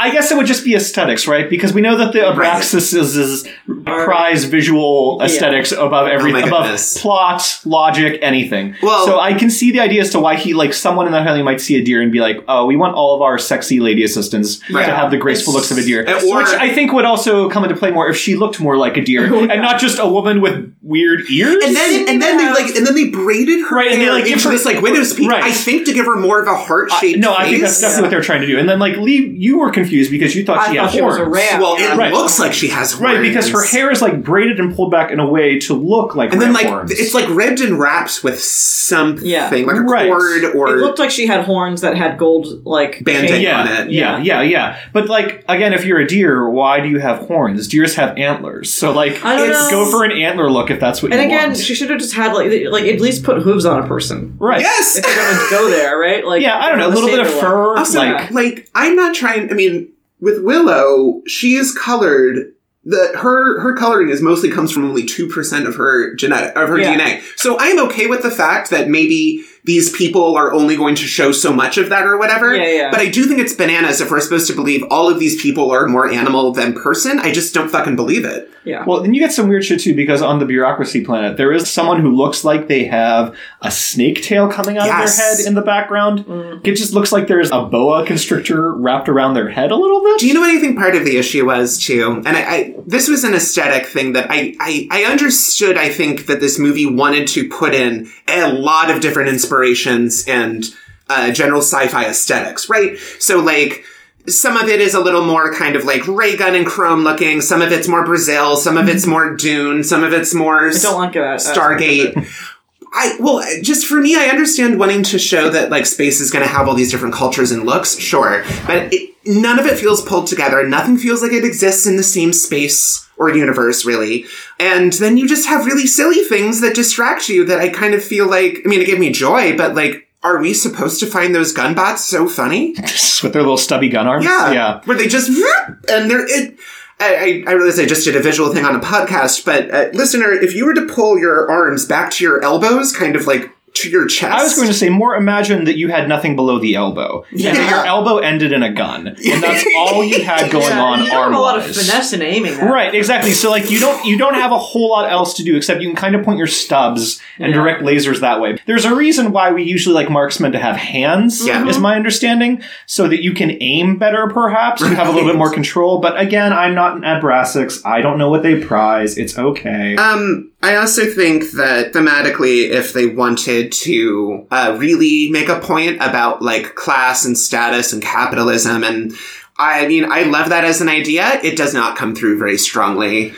I guess it would just be aesthetics, right? Because we know that the Abraxas is, is prize visual aesthetics above everything, above
Oh goodness.
plot, logic, anything.
Well-
so I can see the idea as to why he, like, someone in that family might see a deer and be like, "Oh, we want all of our sexy lady assistants to
Right.
have the graceful looks of a deer,"
And- or-
which I think would also come into play more if she looked more like a deer and not just a woman with weird ears.
and then, and then they like, and then they braided her
Right, and they,
hair
like, give
into
her-
this like widow's peak.
Right. Uh,
I think to give her more of a heart shaped.
no, I think that's definitely what they're trying to do. And then, like, Lee, you were confused because you thought
I
she
thought
had
she was a
horns.
ram.
Well,
yeah.
it
Right.
looks like she has horns.
Right, because her hair is like braided and pulled back in a way to look like
And then,
ram
like,
horns.
it's like ribbed and wrapped with something,
Yeah.
like a
Right.
cord
it
or
looked like she had horns that had gold like
Banding.
chain-
yeah,
on it.
yeah, yeah, yeah. But like again, if you're a deer, why do you have horns? Deers have antlers, so like
I don't
it's-
know.
go for an antler look if that's what
And
you
again,
want.
she should have just had like like at least put hooves on a person.
Right?
yes.
If you're gonna go there, right? Like
Yeah, I don't know. A
the
little bit of
saber one.
fur,
Also,
like
like, I'm not trying. I mean, with Willow, she is colored. The her her coloring is mostly comes from only two percent of her genetic of her
Yeah.
DNA. So I'm okay with the fact that maybe these people are only going to show so much of that or whatever.
Yeah, yeah.
But I do think it's bananas if we're supposed to believe all of these people are more animal than person. I just don't fucking believe it.
Yeah.
Well, and you get some weird shit too because on the bureaucracy planet, there is someone who looks like they have a snake tail coming out
Yes.
of their head in the background.
Mm.
It just looks like there's a boa constrictor wrapped around their head a little bit.
Do you know what I think part of the issue was too? And I, I this was an aesthetic thing that I, I I understood. I think that this movie wanted to put in a lot of different inspirations and uh, general sci-fi aesthetics, right? So like. Some of it is a little more kind of like ray gun and chrome looking. Some of it's more Brazil. Some of it's more Dune. Some of it's more
I don't like that.
Stargate. uh, *laughs* I well, just for me, I understand wanting to show that like space is going to have all these different cultures and looks, sure, but it, none of it feels pulled together. Nothing feels like it exists in the same space or universe, really. And then you just have really silly things that distract you. That I kind of feel like, I mean, it gave me joy, but like, are we supposed to find those gun bots so funny?
with their little stubby gun arms.
Yeah.
yeah.
Where they just and they're it. I, I I realize I just did a visual thing on a podcast, but uh, listener, if you were to pull your arms back to your elbows, kind of like to your chest,
I was going to say more. Imagine that you had nothing below the elbow. Yeah.
Yeah.
your elbow ended in a gun, and
*laughs*
that's all you had going on.
You don't
arm
have a lot of finesse in aiming. That.
Right, exactly. So like you don't you don't have a whole lot else to do except you can kind of point your stubs and direct lasers that way. There's a reason why we usually like marksmen to have hands,
Yeah.
is my understanding, so that you can aim better perhaps, you have a little bit more control. But again, I'm not an abrasics. I don't know what they prize. It's okay.
Um, I also think that thematically, if they wanted to uh, really make a point about like class and status and capitalism, and I mean, I love that as an idea. It does not come through very strongly.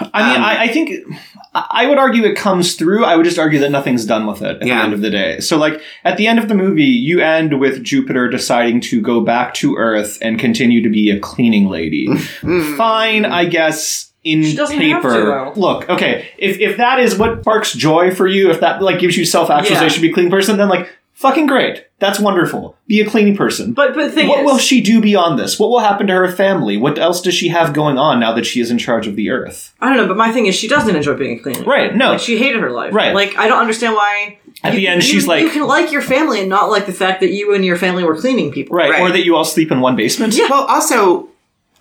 I mean, I, I think I I would argue it comes through. I would just argue that nothing's done with it at the
Yeah.
end of the day. So, like at the end of the movie, you end with Jupiter deciding to go back to Earth and continue to be a cleaning lady. Fine, I guess. In
She doesn't have to,
paper,
though.
look. Okay, if if that is what sparks joy for you, if that like gives you self actualization, be a clean person, then like fucking great. That's wonderful. Be a clean person.
But but the thing
What
is,
will she do beyond this? What will happen to her family? What else does she have going on now that she is in charge of the Earth?
I don't know. But my thing is, she doesn't enjoy being a cleaner.
Right, no.
Like, she hated her life.
Right.
Like I don't understand why.
At
you-
the end,
you-
she's like-
you can like your family and not like the fact that you and your family were cleaning people.
Right,
Right.
or that you all sleep in one basement.
Well, also,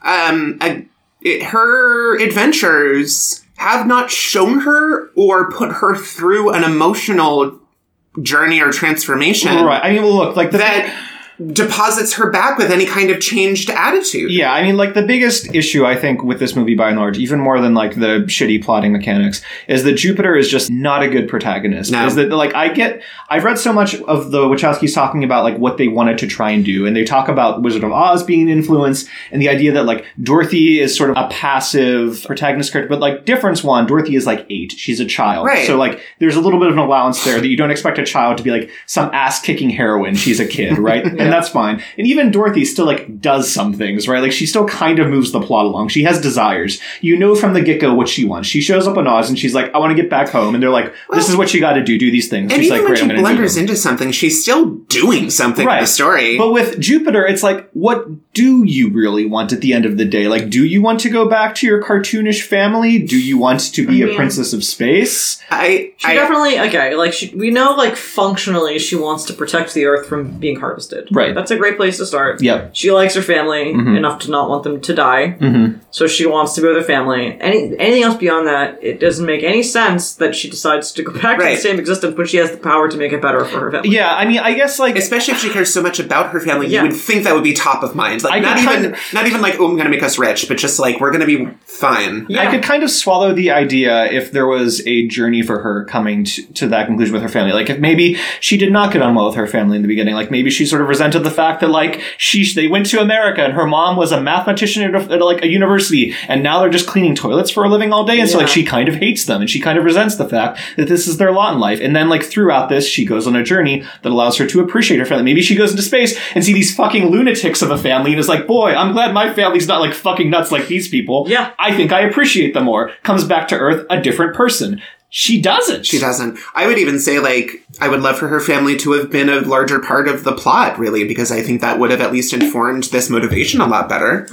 um, a, it, her adventures have not shown her or put her through an emotional journey or transformation
Right. I mean, look, like the
that deposits her back with any kind of changed attitude.
Yeah, I mean, like the biggest issue I think with this movie, by and large, even more than like the shitty plotting mechanics, is that Jupiter is just not a good protagonist.
No.
Is that like I get? I've read so much of the Wachowskis talking about like what they wanted to try and do, and they talk about Wizard of Oz being an influence, and the idea that like Dorothy is sort of a passive protagonist character, but like difference one, Dorothy is like eight; she's a child,
Right.
so like there's a little bit of an allowance there that you don't expect a child to be like some ass kicking heroine. She's a
*laughs*
kid, right? And that's fine. And even Dorothy still like does some things, right? Like she still kind of moves the plot along. She has desires. You know from the get go what she wants. She shows up on Oz and she's like, I want to get back home. And they're like, this is what you got to do. Do these things.
And
she's
even
like,
when
great,
she
I'm going to do
blunders
them.
into something, she's still doing something in the
Right.
story.
But with Jupiter, it's like, what do you really want at the end of the day? Like, do you want to go back to your cartoonish family? Do you want to be
mean-
a
Mm-hmm.
princess of space?
I,
She
I
definitely okay. Like she, we know, like functionally, she wants to protect the Earth from being harvested.
Right.
That's a great place to start.
Yep. Mm-hmm.
She likes her family enough to not want them to die, mm-hmm. so she wants to be with her family. Any anything else beyond that, it doesn't make any sense that she decides to go back to
Right.
the same existence when she has the power to make it better for her family.
Yeah, I mean, I guess like
especially if she cares so much about her family,
Yeah.
you would think that would be top of mind. Like
I
not
could
even
kind
not even like, oh I'm gonna make us rich, but just like we're gonna be fine.
Yeah.
I could kind of swallow the idea if there was a journey for her coming to, to that conclusion with her family. Like if maybe she did not get on well with her family in the beginning. Like maybe she sort of resented the fact that like she they went to America and her mom was a mathematician at, a, at like a university and now they're just cleaning toilets for a living all day. And so like
Yeah.
she kind of hates them and she kind of resents the fact that this is their lot in life. And then like throughout this, she goes on a journey that allows her to appreciate her family. Maybe she goes into space and see these fucking lunatics of a family and is like, boy, I'm glad my family's not like fucking nuts like these people.
Yeah.
I think I appreciate them more. Comes back to Earth a different person. She doesn't.
She doesn't. I would even say like I would love for her family to have been a larger part of the plot, really, because I think that would have at least informed this motivation a lot better.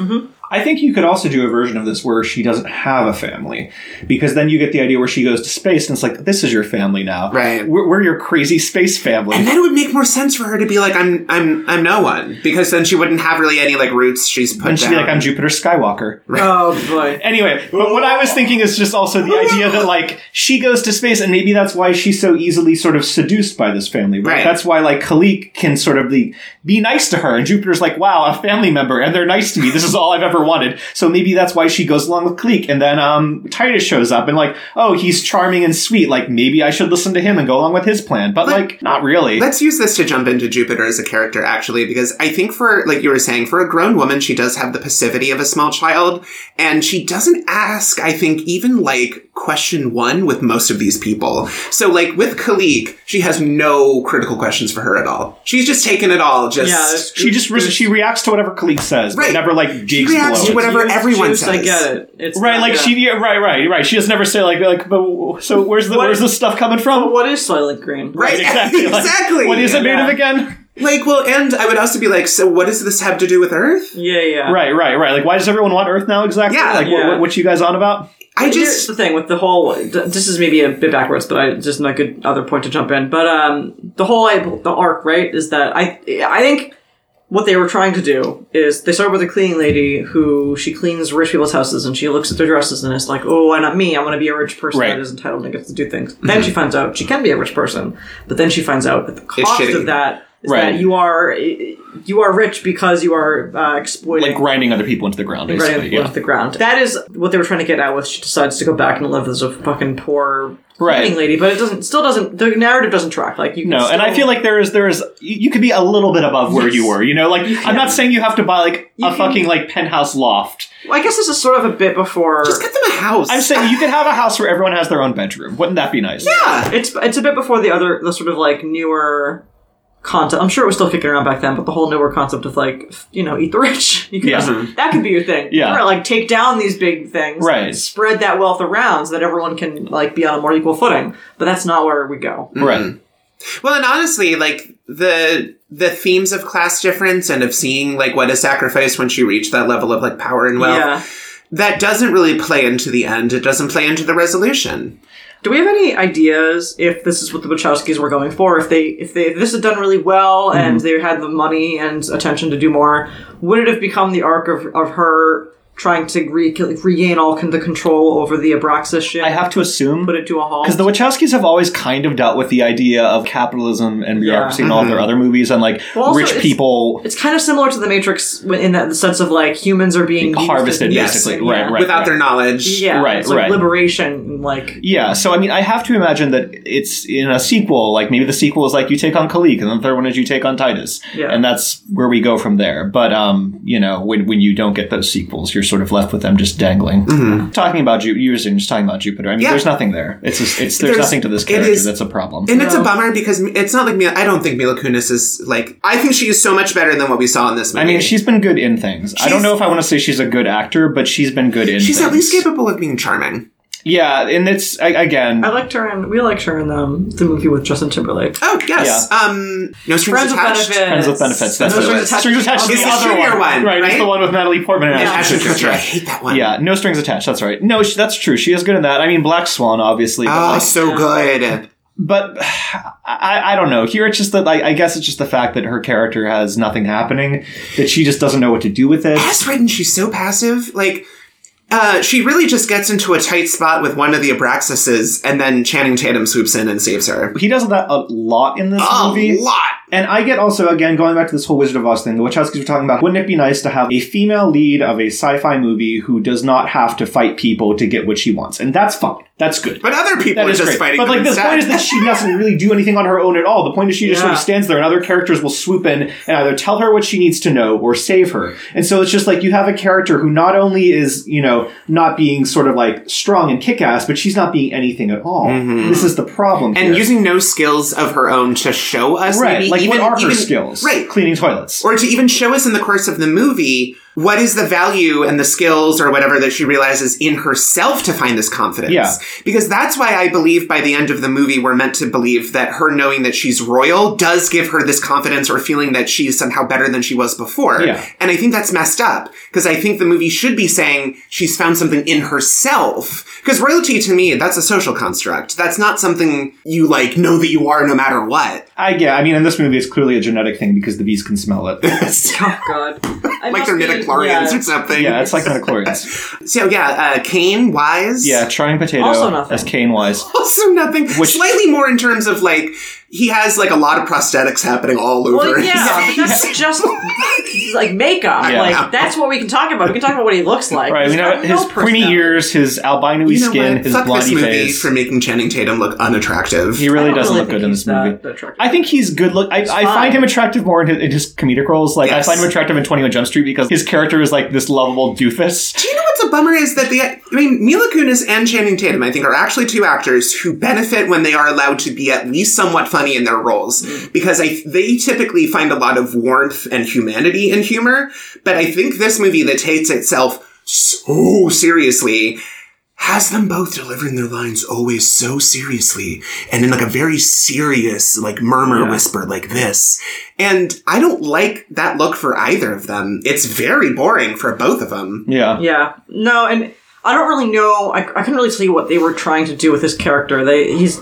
I think you could also do a version of this where she doesn't have a family, because then you get the idea where she goes to space and it's like, this is your family now.
Right.
We're, we're your crazy space family.
And then it would make more sense for her to be like, I'm I'm I'm no one. Because then she wouldn't have really any like roots she's put
and she'd
down.
be like, I'm Jupiter Skywalker.
Oh boy.
Anyway, but what I was thinking is just also the idea that like she goes to space, and maybe that's why she's so easily sort of seduced by this family. Right?
Right.
That's why like Khalik can sort of be, be nice to her, and Jupiter's like, "Wow, a family member, and they're nice to me. This is all I've ever wanted." So maybe that's why she goes along with Khalik, and then um, Titus shows up, and like, "Oh, he's charming and sweet. Like maybe I should listen to him and go along with his plan." But like, not really.
Let's use this to jump into Jupiter as a character, actually, because I think for, like you were saying, for a grown woman, she does have the passivity of a small child, and she doesn't ask, I think, even like question one with most of these people. So, like with Khalik, she has no critical questions for her at all. She's just taken it all, just.
Yeah, there's-
*laughs* She just re- she reacts to whatever Khalik says, but
Right.
never like digs
reacts
below
to
it.
whatever
Juice,
everyone
juice, I
says.
get it. It's
Right,
not-
like
yeah.
she, yeah, right, right, right. She doesn't ever say like, like, but w- so where's the
What-
where's the stuff coming from?
What is Soylent Green?
Right,
exactly.
*laughs*
like,
exactly.
what is it made
Yeah.
of again?
Like, well, and I would also be like, so what does this have to do with Earth?
Yeah, yeah.
Right, right, right. Like, why does everyone want Earth now exactly?
Yeah.
like,
Yeah.
What, what you guys on about?
I
Here's
just.
the thing with the whole. th- This is maybe a bit backwards, but I just not a good other point to jump in. But um, the whole the arc, right, is that I I think what they were trying to do is they started with a cleaning lady who she cleans rich people's houses and she looks at their dresses and it's like, oh, why not me? I want to be a rich person
Right.
that is entitled and gets to do things. Then she finds out she can be a rich person, but then she finds out that the cost
shitty.
of that is
Right.
that you are you are rich because you are uh, exploiting
Like grinding other people into the ground,
right
basically.
into the ground. That is what they were trying to get at with she decides to go back and live as a fucking poor
Right.
cleaning lady, but it doesn't still doesn't the narrative doesn't track. Like you can
No, and I
still-
feel like there is there is you you could be a little bit above where you were, you know. Like I'm not saying you have to buy like a
can-
fucking like penthouse loft.
I guess this is sort of a bit before
Just get them a house.
I'm saying you could have a house where everyone has their own bedroom. Wouldn't that be nice?
Yeah.
it's it's a bit before the other the sort of like newer concept. I'm sure it was still kicking around back then, but the whole newer concept of like you know eat the rich, *laughs* you can
Yeah.
that could be your thing.
Yeah.
Or, like take down these big things,
Right.
Spread that wealth around so that everyone can like be on a more equal footing. But that's not where we go.
Right.
Well, and honestly, like the the themes of class difference and of seeing like what is sacrificed once you reach that level of like power and wealth,
yeah.
that doesn't really play into the end. It doesn't play into the resolution.
Do we have any ideas if this is what the Wachowskis were going for? If they, if they, if this had done really well
Mhm.
and they had the money and attention to do more, would it have become the arc of, of her trying to re- regain all con- the control over the Abraxas ship.
I have to assume
put it to a halt.
Because the Wachowskis have always kind of dealt with the idea of capitalism and bureaucracy in all of their other movies and like
Well, also,
rich
it's-
people
it's kind of similar to the Matrix w- in that the sense of like humans are being used as-
harvested
Yes.
basically.
Yeah.
Right, right.
without
right.
their knowledge.
Yeah,
Right,
it's like
right.
liberation. Like
Yeah, so I mean, I have to imagine that it's in a sequel. Like maybe the sequel is like you take on Khalik, and the third one is you take on Titus,
Yeah.
and that's where we go from there. But um, you know, when when you don't get those sequels, you're sort of left with them just dangling. Talking about Ju- you, were just talking about Jupiter. I mean,
Yeah.
there's nothing there. It's just, it's there's,
There's-
nothing to this
it
character.
is-
that's a problem.
And it's a
No.
bummer because it's not like Mila. I don't think Mila Kunis is like. I think she is so much better than what we saw in this
I
movie.
mean, she's been good in things. I don't
She's-
know if I want to say she's a good actor, but she's been good in.
she's
things.
at least capable of being charming.
Yeah, and it's I, again.
I liked her in we liked her in um, the movie with Justin Timberlake.
Oh yes. Um, no strings
Friends with
attached.
benefits.
Friends with benefits. That's
No
what it
strings
is.
attached.
Strings attached.
It's
is
the
the other
senior
one,
one,
right? It's
right?
the one with Natalie Portman and
Yeah,
Ashton
Ashton Kutcher. I
Kutcher.
hate that one.
Yeah, no strings attached. That's right. No, she, that's true. She is good in that. I mean, Black Swan, obviously. But,
Oh,
like-
so good.
but *sighs* I, I don't know. Here, it's just that I, I guess it's just the fact that her character has nothing happening, that she just doesn't know what to do with it.
As written, she's so passive. Like, uh, she really just gets into a tight spot with one of the Abraxases, and then Channing Tatum swoops in and saves her.
He does that a lot in this
A
movie.
lot.
And I get also, again, going back to this whole Wizard of Oz thing, the Wachowskis were talking about wouldn't it be nice to have a female lead of a sci fi movie who does not have to fight people to get what she wants? And that's fine. That's good.
But other people
That
are
is
just
great.
fighting.
But like
them
the point
instead.
is that she doesn't really do anything on her own at all. The point is she just sort of
Yeah.
stands there, and other characters will swoop in and either tell her what she needs to know or save her. And so it's just like you have a character who not only is you know not being sort of like strong and kick ass, but she's not being anything at all. This is the problem.
Mm-hmm. and
here.
using no skills of her own to show us,
right,
maybe
like
even,
what are her
even-
skills?
right?
cleaning toilets.
or to even show us in the course of the movie what is the value and the skills or whatever that she realizes in herself to find this confidence.
Yeah.
Because that's why I believe by the end of the movie, we're meant to believe that her knowing that she's royal does give her this confidence or feeling that she's somehow better than she was before.
Yeah.
And I think that's messed up because I think the movie should be saying she's found something in herself. Because royalty to me, that's a social construct. That's not something you like know that you are no matter
*laughs*
what. *laughs*
I yeah, I mean, in this movie, it's clearly a genetic thing because the bees can
*laughs*
smell it.
Oh God, I
like
must
they're
be-
midichlorians
yeah.
or something.
yeah, it's like midichlorians.
So yeah, uh, Kane Wise.
Yeah, trying potato
Also nothing.
as Kane wise.
*laughs* Also nothing.
Which-
Slightly more in terms of like he has like a lot of prosthetics happening all over.
Well,
*laughs* his
yeah, but
face.
that's just *laughs* like makeup.
Yeah.
Like that's what we can talk about. We can talk about what he looks like.
Right, we
He's
know
got no
his pointy
personality.
ears, his albino
You know
skin,
what?
his
Fuck this
bloody
movie
face.
for making Channing Tatum look unattractive.
He
I
really
don't
doesn't
really
look good
think
in
he's
this movie.
that- that attractive.
I think he's good look. I, I
fine.
find him attractive more in his, in his comedic roles. Like
Yes.
I find him attractive in Twenty One Jump Street because his character is like this lovable doofus.
Do you know what's a bummer is that the I mean Mila Kunis and Channing Tatum I think are actually two actors who benefit when they are allowed to be at least somewhat funny in their roles because I they typically find a lot of warmth and humanity in humor but I think this movie that takes itself so seriously has them both delivering their lines always so seriously and in like a very serious like murmur
Yeah.
whisper like this and I don't like that look for either of them it's very boring for both of them
Yeah,
Yeah. No, and I don't really know. I, I couldn't really tell you what they were trying to do with his character. They he's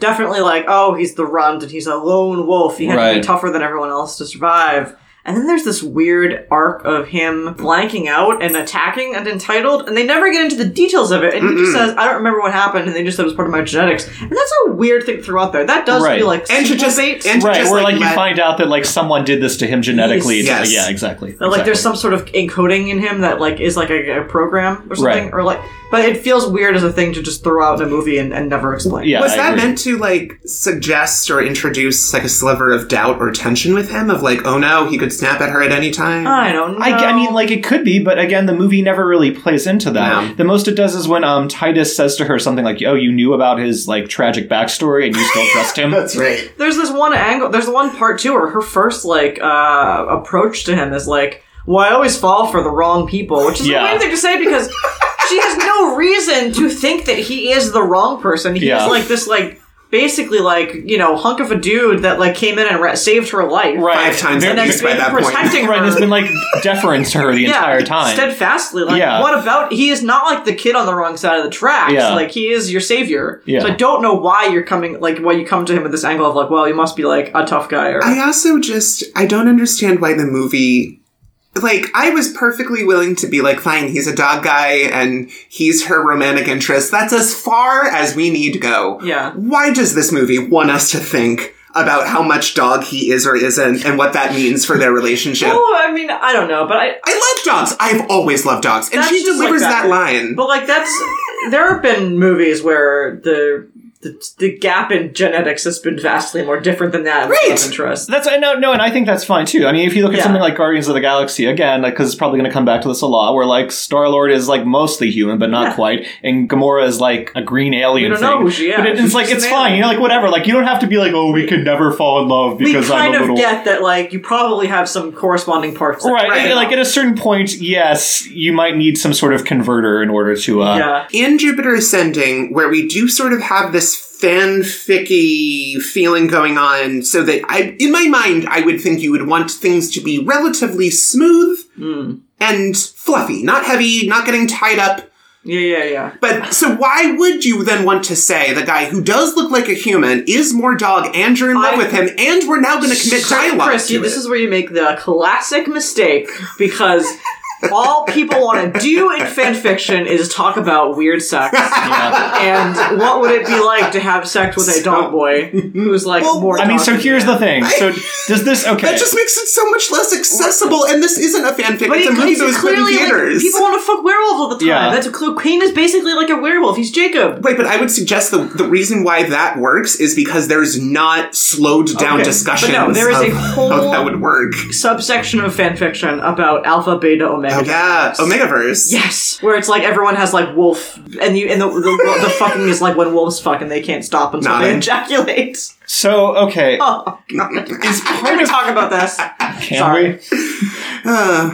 definitely like, oh, he's the runt and he's a lone wolf. He had to
Right.
be tougher than everyone else to survive. And then there's this weird arc of him blanking out and attacking and entitled, and they never get into the details of it. And he just says, "I don't remember what happened," and they just said it was part of my genetics. And that's a weird thing throughout there. That does
Right.
feel like
And to
sequel
just-
bait.
and to
right.
just,
Where
like,
like, you
let-
find out that like someone did this to him genetically.
Yes.
It's- Yeah, exactly.
But, like there's
Exactly.
some sort of encoding in him that like is like a, a program or something
Right.
or like but it feels weird as a thing to just throw out in a movie and, and never explain
Yeah,
was
I
that
agree.
meant to like suggest or introduce like a sliver of doubt or tension with him of like oh no he could snap at her at any time
i don't know
I, I mean, like it could be, but again, the movie never really plays into that.
No.
The most it does is when um Titus says to her something like, "Oh, you knew about his like tragic backstory, and you still trust
*laughs*
him."
right
there's this one angle there's one part too where her first like uh approach to him is like well i always fall for the wrong people which is
Yeah.
a weird thing to say because she has no reason to think that he is the wrong person he's
Yeah.
like this like basically like you know hunk of a dude that like came in and re- saved her life
Right.
five times at
Very-
and
least
has
by
been
that point
protecting
Right,
her
and it's
*laughs*
been like deference to her the entire time.
Steadfastly. Like,
Yeah.
what about he is not like the kid on the wrong side of the tracks.
Yeah.
Like he is your savior.
Yeah.
So I don't know why you're coming like why you come to him with this angle of like, well, you must be like a tough guy or
i also just i don't understand why the movie like I was perfectly willing to be like, fine, he's a dog guy and he's her romantic interest. That's as far as we need to go.
Yeah.
Why does this movie want us to think about how much dog he is or isn't and what that means for their relationship?
Oh, I mean, I don't know, but I,
I love dogs. I've always loved dogs. And
That's
she
just like
delivers
that.
that. line.
But like that's there have been movies where the the, the gap in genetics has been vastly more different than that. in
Right.
love interest.
That's I know no, and I think that's fine too. I mean, if you look at
Yeah.
something like Guardians of the Galaxy again, because it's probably going to come back to this a lot, where like Star Lord is like mostly human but not
Yeah.
quite, and Gamora is like a green alien.
don't
thing.
know who she is.
but it- it's like
She's
it's
an
fine.
alien.
You know, like whatever. Like you don't have to be like, oh, we could never fall in love
We
because
kind
I'm a
of
little.
get that like you probably have some corresponding parts. that-
Right,
Right.
and, like at a certain point, yes, you might need some sort of converter in order to. Uh,
Yeah.
in Jupiter Ascending, where we do sort of have this fanficky feeling going on, so that I, in my mind, I would think you would want things to be relatively smooth
Hmm.
and fluffy, not heavy, not getting tied up.
Yeah, yeah, yeah.
But so why would you then want to say the guy who does look like a human is more dog and you're in love
I-
with him and we're now going to commit dialogue?
Chris,
to
you, this
it?
is where you make the classic mistake because all people want to do in fan fiction is talk about weird sex.
yeah.
And what would it be like to have sex with a dog boy who's like
Well,
more?
I mean,
dog
so
than
here's
you?
the thing. So does this okay?
that just makes it so much less accessible. And this isn't a fanfic;
But
it's a
it-
movie
it's
that was put in
like,
theaters.
people want to fuck werewolves all the time.
Yeah.
That's Queen is basically like a werewolf. He's Jacob.
Right, but I would suggest the the reason why that works is because there's not slowed down
Okay,
discussions.
but no, there is a
of
whole-
how that would work.
Subsection of fanfiction about Alpha, Beta, Omega.
Oh, Yeah, Omegaverse.
Yes, where it's like everyone has like wolf, and you and the the, the fucking is like when wolves fuck and they can't stop until
Not
they
in-
ejaculate. *laughs*
so okay.
Oh,
*laughs*
Is
can
part
we
of
talk about this?
Can
Sorry.
we?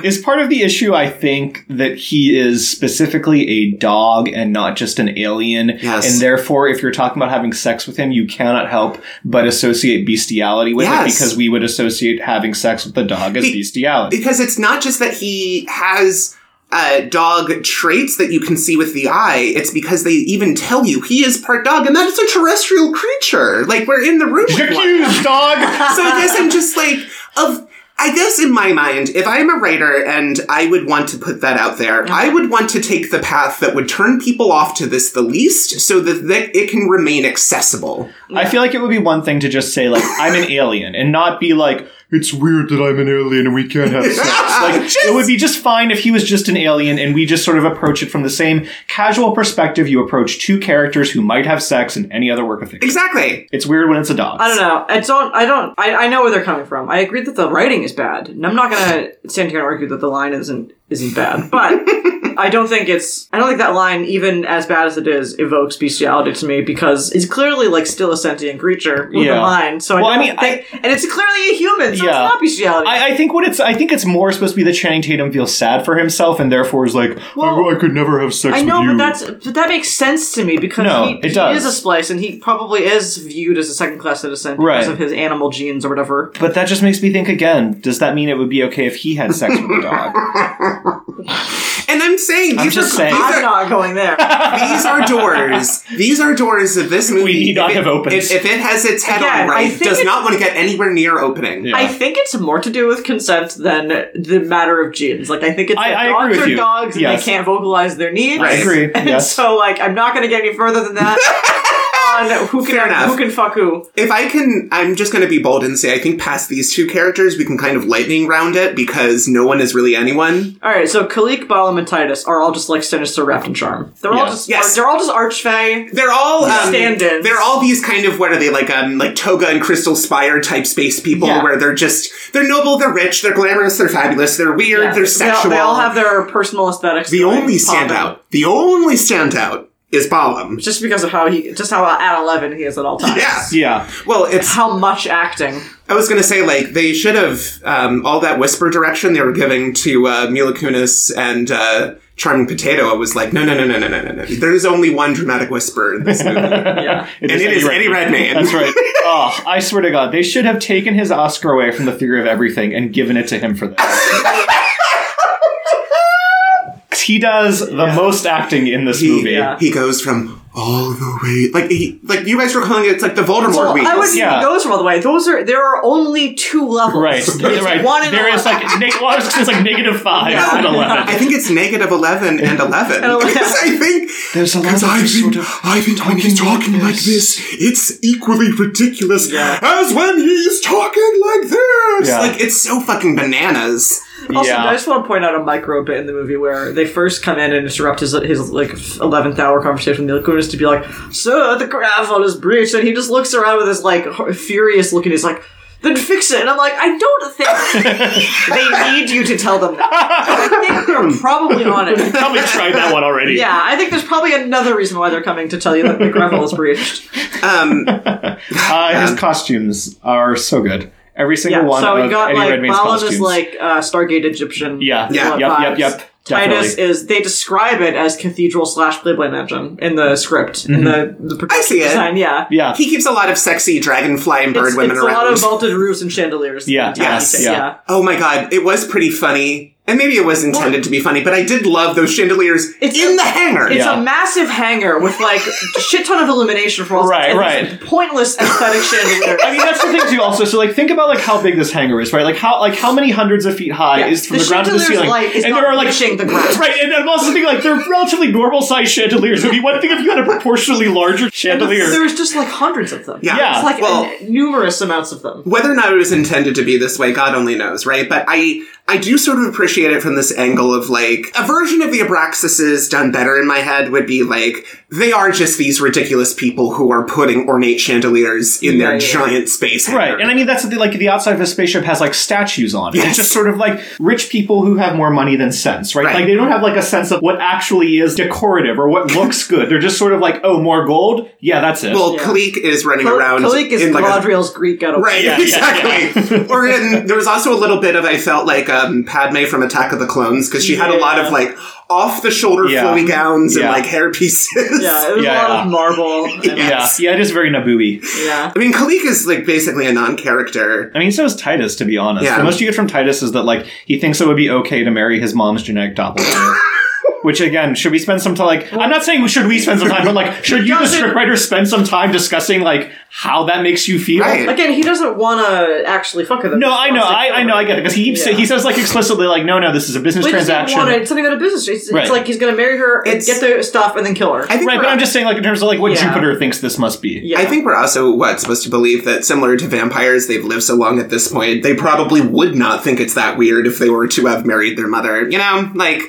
is part of the issue, I think, that he is specifically a dog and not just an alien.
Yes.
And therefore, if you're talking about having sex with him, you cannot help but associate bestiality with it
Yes.
because we would associate having sex with the dog as
Be- *laughs*
bestiality.
Because it's not just that he has uh, dog traits that you can see with the eye, it's because they even tell you he is part dog, and that is a terrestrial creature. Like, we're in the room. with one.
Accused dog!
so I guess I'm just like of. I guess in my mind, if I'm a writer and I would want to put that out there, I would want to take the path that would turn people off to this the least so that, that it can remain accessible.
I feel like it would be one thing to just say,
*laughs*
like, I'm an alien and not be like, it's weird that I'm an alien and we can't have
*laughs*
sex. Like, it would be just fine if he was just an alien and we just sort of approach it from the same casual perspective you approach two characters who might have sex in any other work of fiction.
Exactly.
It's weird when it's a dog.
I don't know. I don't. I don't. I, I know where they're coming from. I agree that the writing is bad, and I'm not gonna stand here and argue that the line isn't isn't bad.
*laughs*
But I don't think it's. I don't think that line, even as bad as it is, evokes bestiality to me because it's clearly like still a sentient creature with
Yeah.
a mind. So I,
Well, I
don't
mean,
think, and it's clearly a human, so
Yeah.
it's not bestiality.
I, I think what it's I think it's more supposed to be that Channing Tatum feels sad for himself and therefore is like,
Well,
I, I could never have sex
I
with
know,
you.
but that's but that makes sense to me because
No,
he,
it
he
does.
is a splice, and he probably is viewed as a second class citizen
Right.
because of his animal genes or whatever.
But that just makes me think again. Does that mean it would be okay if he had sex with a
*laughs*
dog?
And I'm saying these,
just
are,
saying.
These,
I'm
are,
not
*laughs*
going there.
these are doors. These are doors that this movie
need not
if it-
have opened.
If, if it has its head
Again,
on
I
right,
think
does
it's-
not want to get anywhere near opening.
Yeah.
I think it's more to do with consent than the matter of genes. Like I think it's
I-
that
I agree
dogs
with
are
you.
dogs and
Yes.
they can't vocalize their needs.
I agree.
*laughs* And
Yes.
so like I'm not gonna get any further
*laughs*
than that on who can
Fair enough.
who can fuck who.
If I can, I'm just going to be bold and say I think past these two characters, we can kind of lightning round it because no one is really anyone.
Alright, so Kalik, Balam, and Titus are all just like Sinister wrapped in charm. They're all
Yes.
just
Yes.
they're all just archfey.
They're all um,
Stand-ins.
They're all these kind of what are they like? Um, like toga and crystal spire type space people,
Yeah.
where they're just they're noble, they're rich, they're glamorous, they're fabulous, they're weird,
Yeah.
they're
They all-
sexual.
They all have their personal aesthetics.
the
that, like,
only
pop out.
standout. The only standout is Balam.
Just because of how he just how at eleven he is at all times.
Yeah.
yeah.
Well, it's
How much acting.
I was going to say like they should have um, all that whisper direction they were giving to uh, Mila Kunis and. Uh, Charming Potato I was like, no, no, no, no, no, no, no, no. There's only one dramatic whisper in this movie. and
Yeah.
it is Eddie Redmayne.
*laughs* That's right. Oh, I swear to God, they should have taken his Oscar away from the theory of everything and given it to him for this. *laughs* He does the most acting in this
He,
movie.
Yeah.
he goes from all the way like he like you guys were calling it it's like the Voldemort
So
wheels.
I wouldn't
Yeah.
even those from all the way. Those are there are only two levels.
Right,
It's
right.
One and
there
a
is like neg- well, I was gonna say it's like negative five and
I
eleven.
think it's negative eleven and
*laughs*
eleven.
And 11.
Because I think
There's a lot
because
of
I
just
think,
sort
*laughs*
of
I think when he's
talking
talking
like
like this, it's equally ridiculous
Yeah.
as when he's talking like this.
Yeah.
Like it's so fucking bananas.
Also,
Yeah.
I just want to point out a micro bit in the movie where they first come in and interrupt his, his like eleventh hour conversation with the Kunis to be like, "Sir, the gravel is breached," and he just looks around with this like h- furious look, and he's like, "Then fix it." And I'm like, I don't think they need you to tell them. That. I think they're probably on it.
Probably tried that one already.
Yeah, I think there's probably another reason why they're coming to tell you that the gravel is breached.
Um
Uh, his costumes are so good. Every single
Yeah,
one
so
of
we got
Eddie
like
Redmayne's
Balan
costumes.
is like uh, Stargate Egyptian.
yeah,
Yeah.
yeah, yep, yep, yep. Definitely.
Titus is they describe it as cathedral slash Playboy Mansion in the script in the the production
see it.
design. Yeah,
Mm-hmm. yeah,
he keeps a lot of sexy dragonfly and bird
It's,
women
it's a
around.
lot of vaulted roofs and chandeliers.
Yeah,
And towers,
yes,
yeah.
yeah.
Oh my god, it was pretty funny. And maybe it was intended to be funny, but I did love those chandeliers
It's-
in the hangar.
It's
Yeah.
a massive hangar with like a shit ton of illumination for all
Right,
and
right.
this pointless aesthetic chandelier.
*laughs* I mean that's the thing too. Also, so like think about like how big this hangar is, right? Like how like how many hundreds of feet high
Yeah,
is from
the
the, ground to the
chandelier's
ceiling,
light is
and
not
there are like
reaching the ground.
right. And I'm also thinking like they're relatively normal sized chandeliers. It would be one thing if you had a proportionally
*laughs*
larger chandelier.
There's just like hundreds of them.
Yeah.
Yeah.
it's like
Well-
n- numerous amounts of them.
whether or not it was intended to be this way, God only knows, right? But I I do sort of appreciate it from this angle of like a version of the Abraxases done better in my head would be like they are just these ridiculous people who are putting ornate chandeliers in their
Yeah, yeah, yeah.
giant space. hangar.
Right, and I mean that's the, like the outside of a spaceship has like statues on it.
Yes.
It's just sort of like rich people who have more money than sense, right?
Right.
Like they don't have like a sense of what actually is decorative or what looks good. They're just sort of like, oh, more gold. Yeah, that's it.
well,
Yeah.
Kalik is running around.
Kalik is
in like a-
Galadriel's Greek ghetto.
Right,
Yeah, yeah,
exactly.
*laughs*
or in, there was also a little bit of I felt like um, Padme from Attack of the Clones because she had a lot
Yeah.
of like off the shoulder
Yeah.
flowy gowns
Yeah.
and like hair pieces.
Yeah, it was
Yeah,
a lot
yeah.
of
*laughs*
marble. And,
yeah, yeah, it is very Nabooey.
yeah.
I mean, Kalik is like basically a non-character.
I mean, so is Titus. To be honest,
Yeah.
the most you get from Titus is that like he thinks it would be okay to marry his mom's genetic
*laughs*
doppelganger. Which again, should we spend some time? Like, I'm not saying should we spend some time, but like, should you, the
Doesn't-
scriptwriter, spend some time discussing like how that makes you feel?
Right.
*laughs* Again, he doesn't want to actually fuck with them.
No,
He
I know,
wants to
I, I know, I get it because he keeps
Yeah.
he says like explicitly like no, no, this is a business
Wait, he doesn't
transaction.
want it. It's something about a business. It's, it's
Right.
like he's going to marry her and
It's-
get the stuff and then kill her.
I think
Right,
we're-
but I'm just saying like in terms of like what
Yeah.
Jupiter thinks this must be.
yeah.
I think we're also what supposed to believe that similar to vampires, they've lived so long at this point, they probably would not think it's that weird if they were to have married their mother. You know, like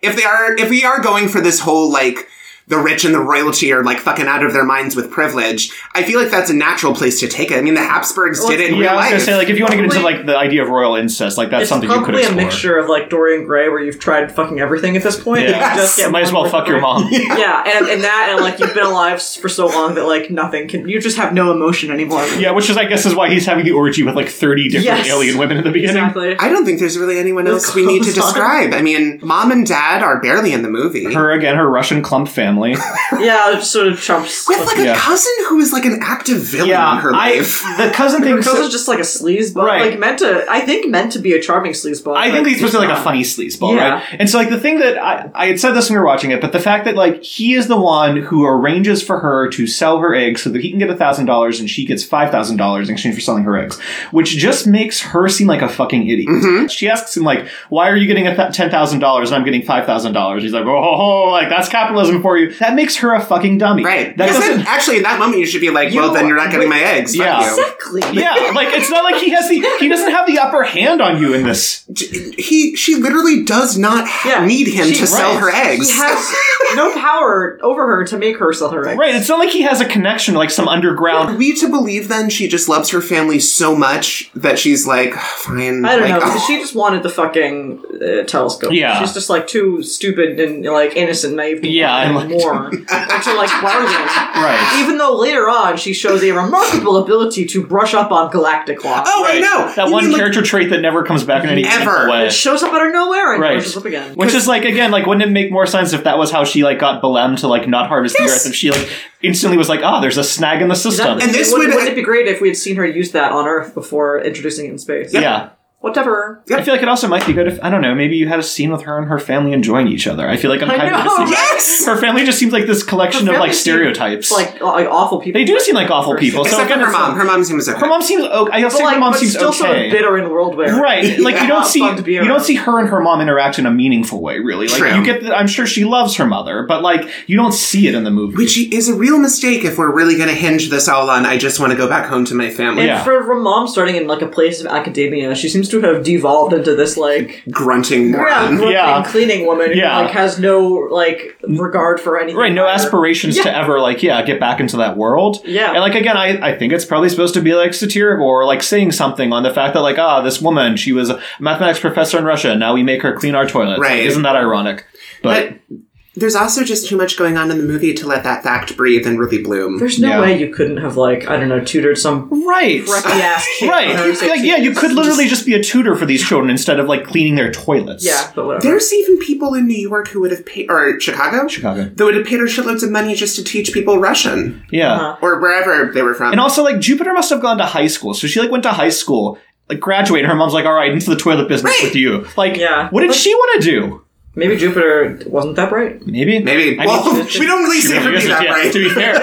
if they are, if we are going for this whole like the rich and the royalty are like fucking out of their minds with privilege, I feel like that's a natural place to take it. I mean, the Habsburgs
Well,
did it in real
Yeah, I was gonna
life.
say like if you want to get into
Probably-
like the idea of royal incest, like that's
it's
something you could
probably a
explore.
mixture of like Dorian Gray, where you've tried fucking everything at this point.
Yeah,
and you just get
might as
one
well
more
fuck your
thing.
mom.
*laughs* Yeah, and, and that, and like you've been alive s- for so long that like nothing can. You just have no emotion anymore.
Yeah, which is I guess is why he's having the orgy with like 30 different
Yes.
alien women at the beginning.
exactly.
I don't think there's really anyone else we
*laughs*
need to
goes on.
describe. I mean, mom and dad are barely in the movie.
Her again, her Russian
*laughs*
clump family.
yeah, it's sort of chumps.
with like
Yeah.
a cousin who is like an active villain in *laughs* her life.
the cousin thing.
Because it's just like a sleazeball,
Right.
like meant to. I think meant to be a charming sleazeball.
I
but
think he's supposed to be like
not.
a funny sleazeball,
Yeah.
right? And so like the thing that I, I had said this when we were watching it, but the fact that like he is the one who arranges for her to sell her eggs so that he can get thousand dollars and she gets five thousand dollars in exchange for selling her eggs, which just makes her seem like a fucking idiot.
Mm-hmm.
She asks him like, "Why are you getting a th- ten thousand dollars and I'm getting five thousand dollars?" He's like, "Oh, ho, ho, like that's capitalism for you." That makes her a fucking dummy.
Right.
That
Because then,
doesn't.
actually, in that moment, you should be like,
You-
well, then you're not getting my eggs. Fuck
Yeah.
you.
Exactly.
*laughs*
Yeah, like it's not like he has the he doesn't have the upper hand on you in this.
He, she literally does not ha-
Yeah.
need him
She-
to sell
right.
her eggs.
He has no power over her to make her sell her eggs.
Right, it's not like he has a connection like some underground *laughs*
Are we to believe then she just loves her family so much that she's like, "Ah, fine.
I don't
like,
know. 'cause
oh.
She just wanted the fucking uh, telescope.
Yeah.
she's just like too stupid and like innocent, naive. people
Yeah, and, like- *laughs*
more to like bargain.
Right.
Even though later on she shows a remarkable ability to brush up on galactic law.
oh, I know.
That
You
one
mean, like,
character trait that never comes back in any
Ever.
meaningful way.
It shows up out of nowhere and
Right.
brushes up again.
Which is like again, like wouldn't it make more sense if that was how she like got Belem to like not harvest the earth if she like instantly was like, ah, there's a snag in the system.
That-
And this
wouldn't,
would-
wouldn't it be great if we had seen her use that on Earth before introducing it in space?
yeah.
Whatever.
I feel like it also might be good if I don't know. Maybe you had a scene with her and her family enjoying each other. I feel like I'm
I
kind of
know,
just like-
Yes!
her family just seems like this collection
Her
of
family
like
seems
stereotypes.
It's like like awful people.
they do seem like awful people. So
Except for
again,
her
it's
mom.
like-
Her mom seems okay.
her mom seems. Okay, I also
But,
think
like,
her mom
but
seems
still sort
okay.
of bitter in world where *laughs*
Right, like you don't
Not
see
fun to be
you don't
around.
see her and her mom interact in a meaningful way, really. Like
True.
you get, the, I'm sure she loves her mother, but like you don't see it in the movie.
Which is a real mistake if we're really going to hinge this all on, I just want to go back home to my family.
Yeah.
And for her mom starting in like a place of academia, she seems to have devolved into
*laughs*
this like
Grunting moron.
ground
Yeah.
cleaning woman who
Yeah.
like has no like regard for anything.
Right, no
prior.
aspirations to ever like yeah get back into that world.
Yeah.
and like again, I, I think it's probably supposed to be like satirical or like saying something on the fact that like ah this woman she was a mathematics professor in Russia now we make her clean our toilets.
Right.
Like, isn't that ironic? But,
But there's also just too much going on in the movie to let that fact breathe and really bloom.
There's no
Yeah.
way you couldn't have like I don't know tutored some
right,
preppy ass kid.
right,
when I
You-
was
like, yeah,
16.
you could literally just be a tutor for these children instead of like cleaning their toilets.
yeah, but whatever.
There's even people in New York who would have paid, or Chicago,
Chicago.
that would have paid her shitloads of money just to teach people Russian
Yeah.
Uh-huh.
or wherever they were from.
And also, like, Jupiter must have gone to high school. So she, like, went to high school, like, graduated. and Her mom's like, all right, into the toilet business
Right.
with you. Like,
Yeah.
what did
But-
she want to do?
Maybe Jupiter wasn't that bright.
Maybe.
Maybe.
I mean,
well,
she-
we don't really
she
see her *laughs*
really
be
isn't,
that
yeah,
right.
To be fair,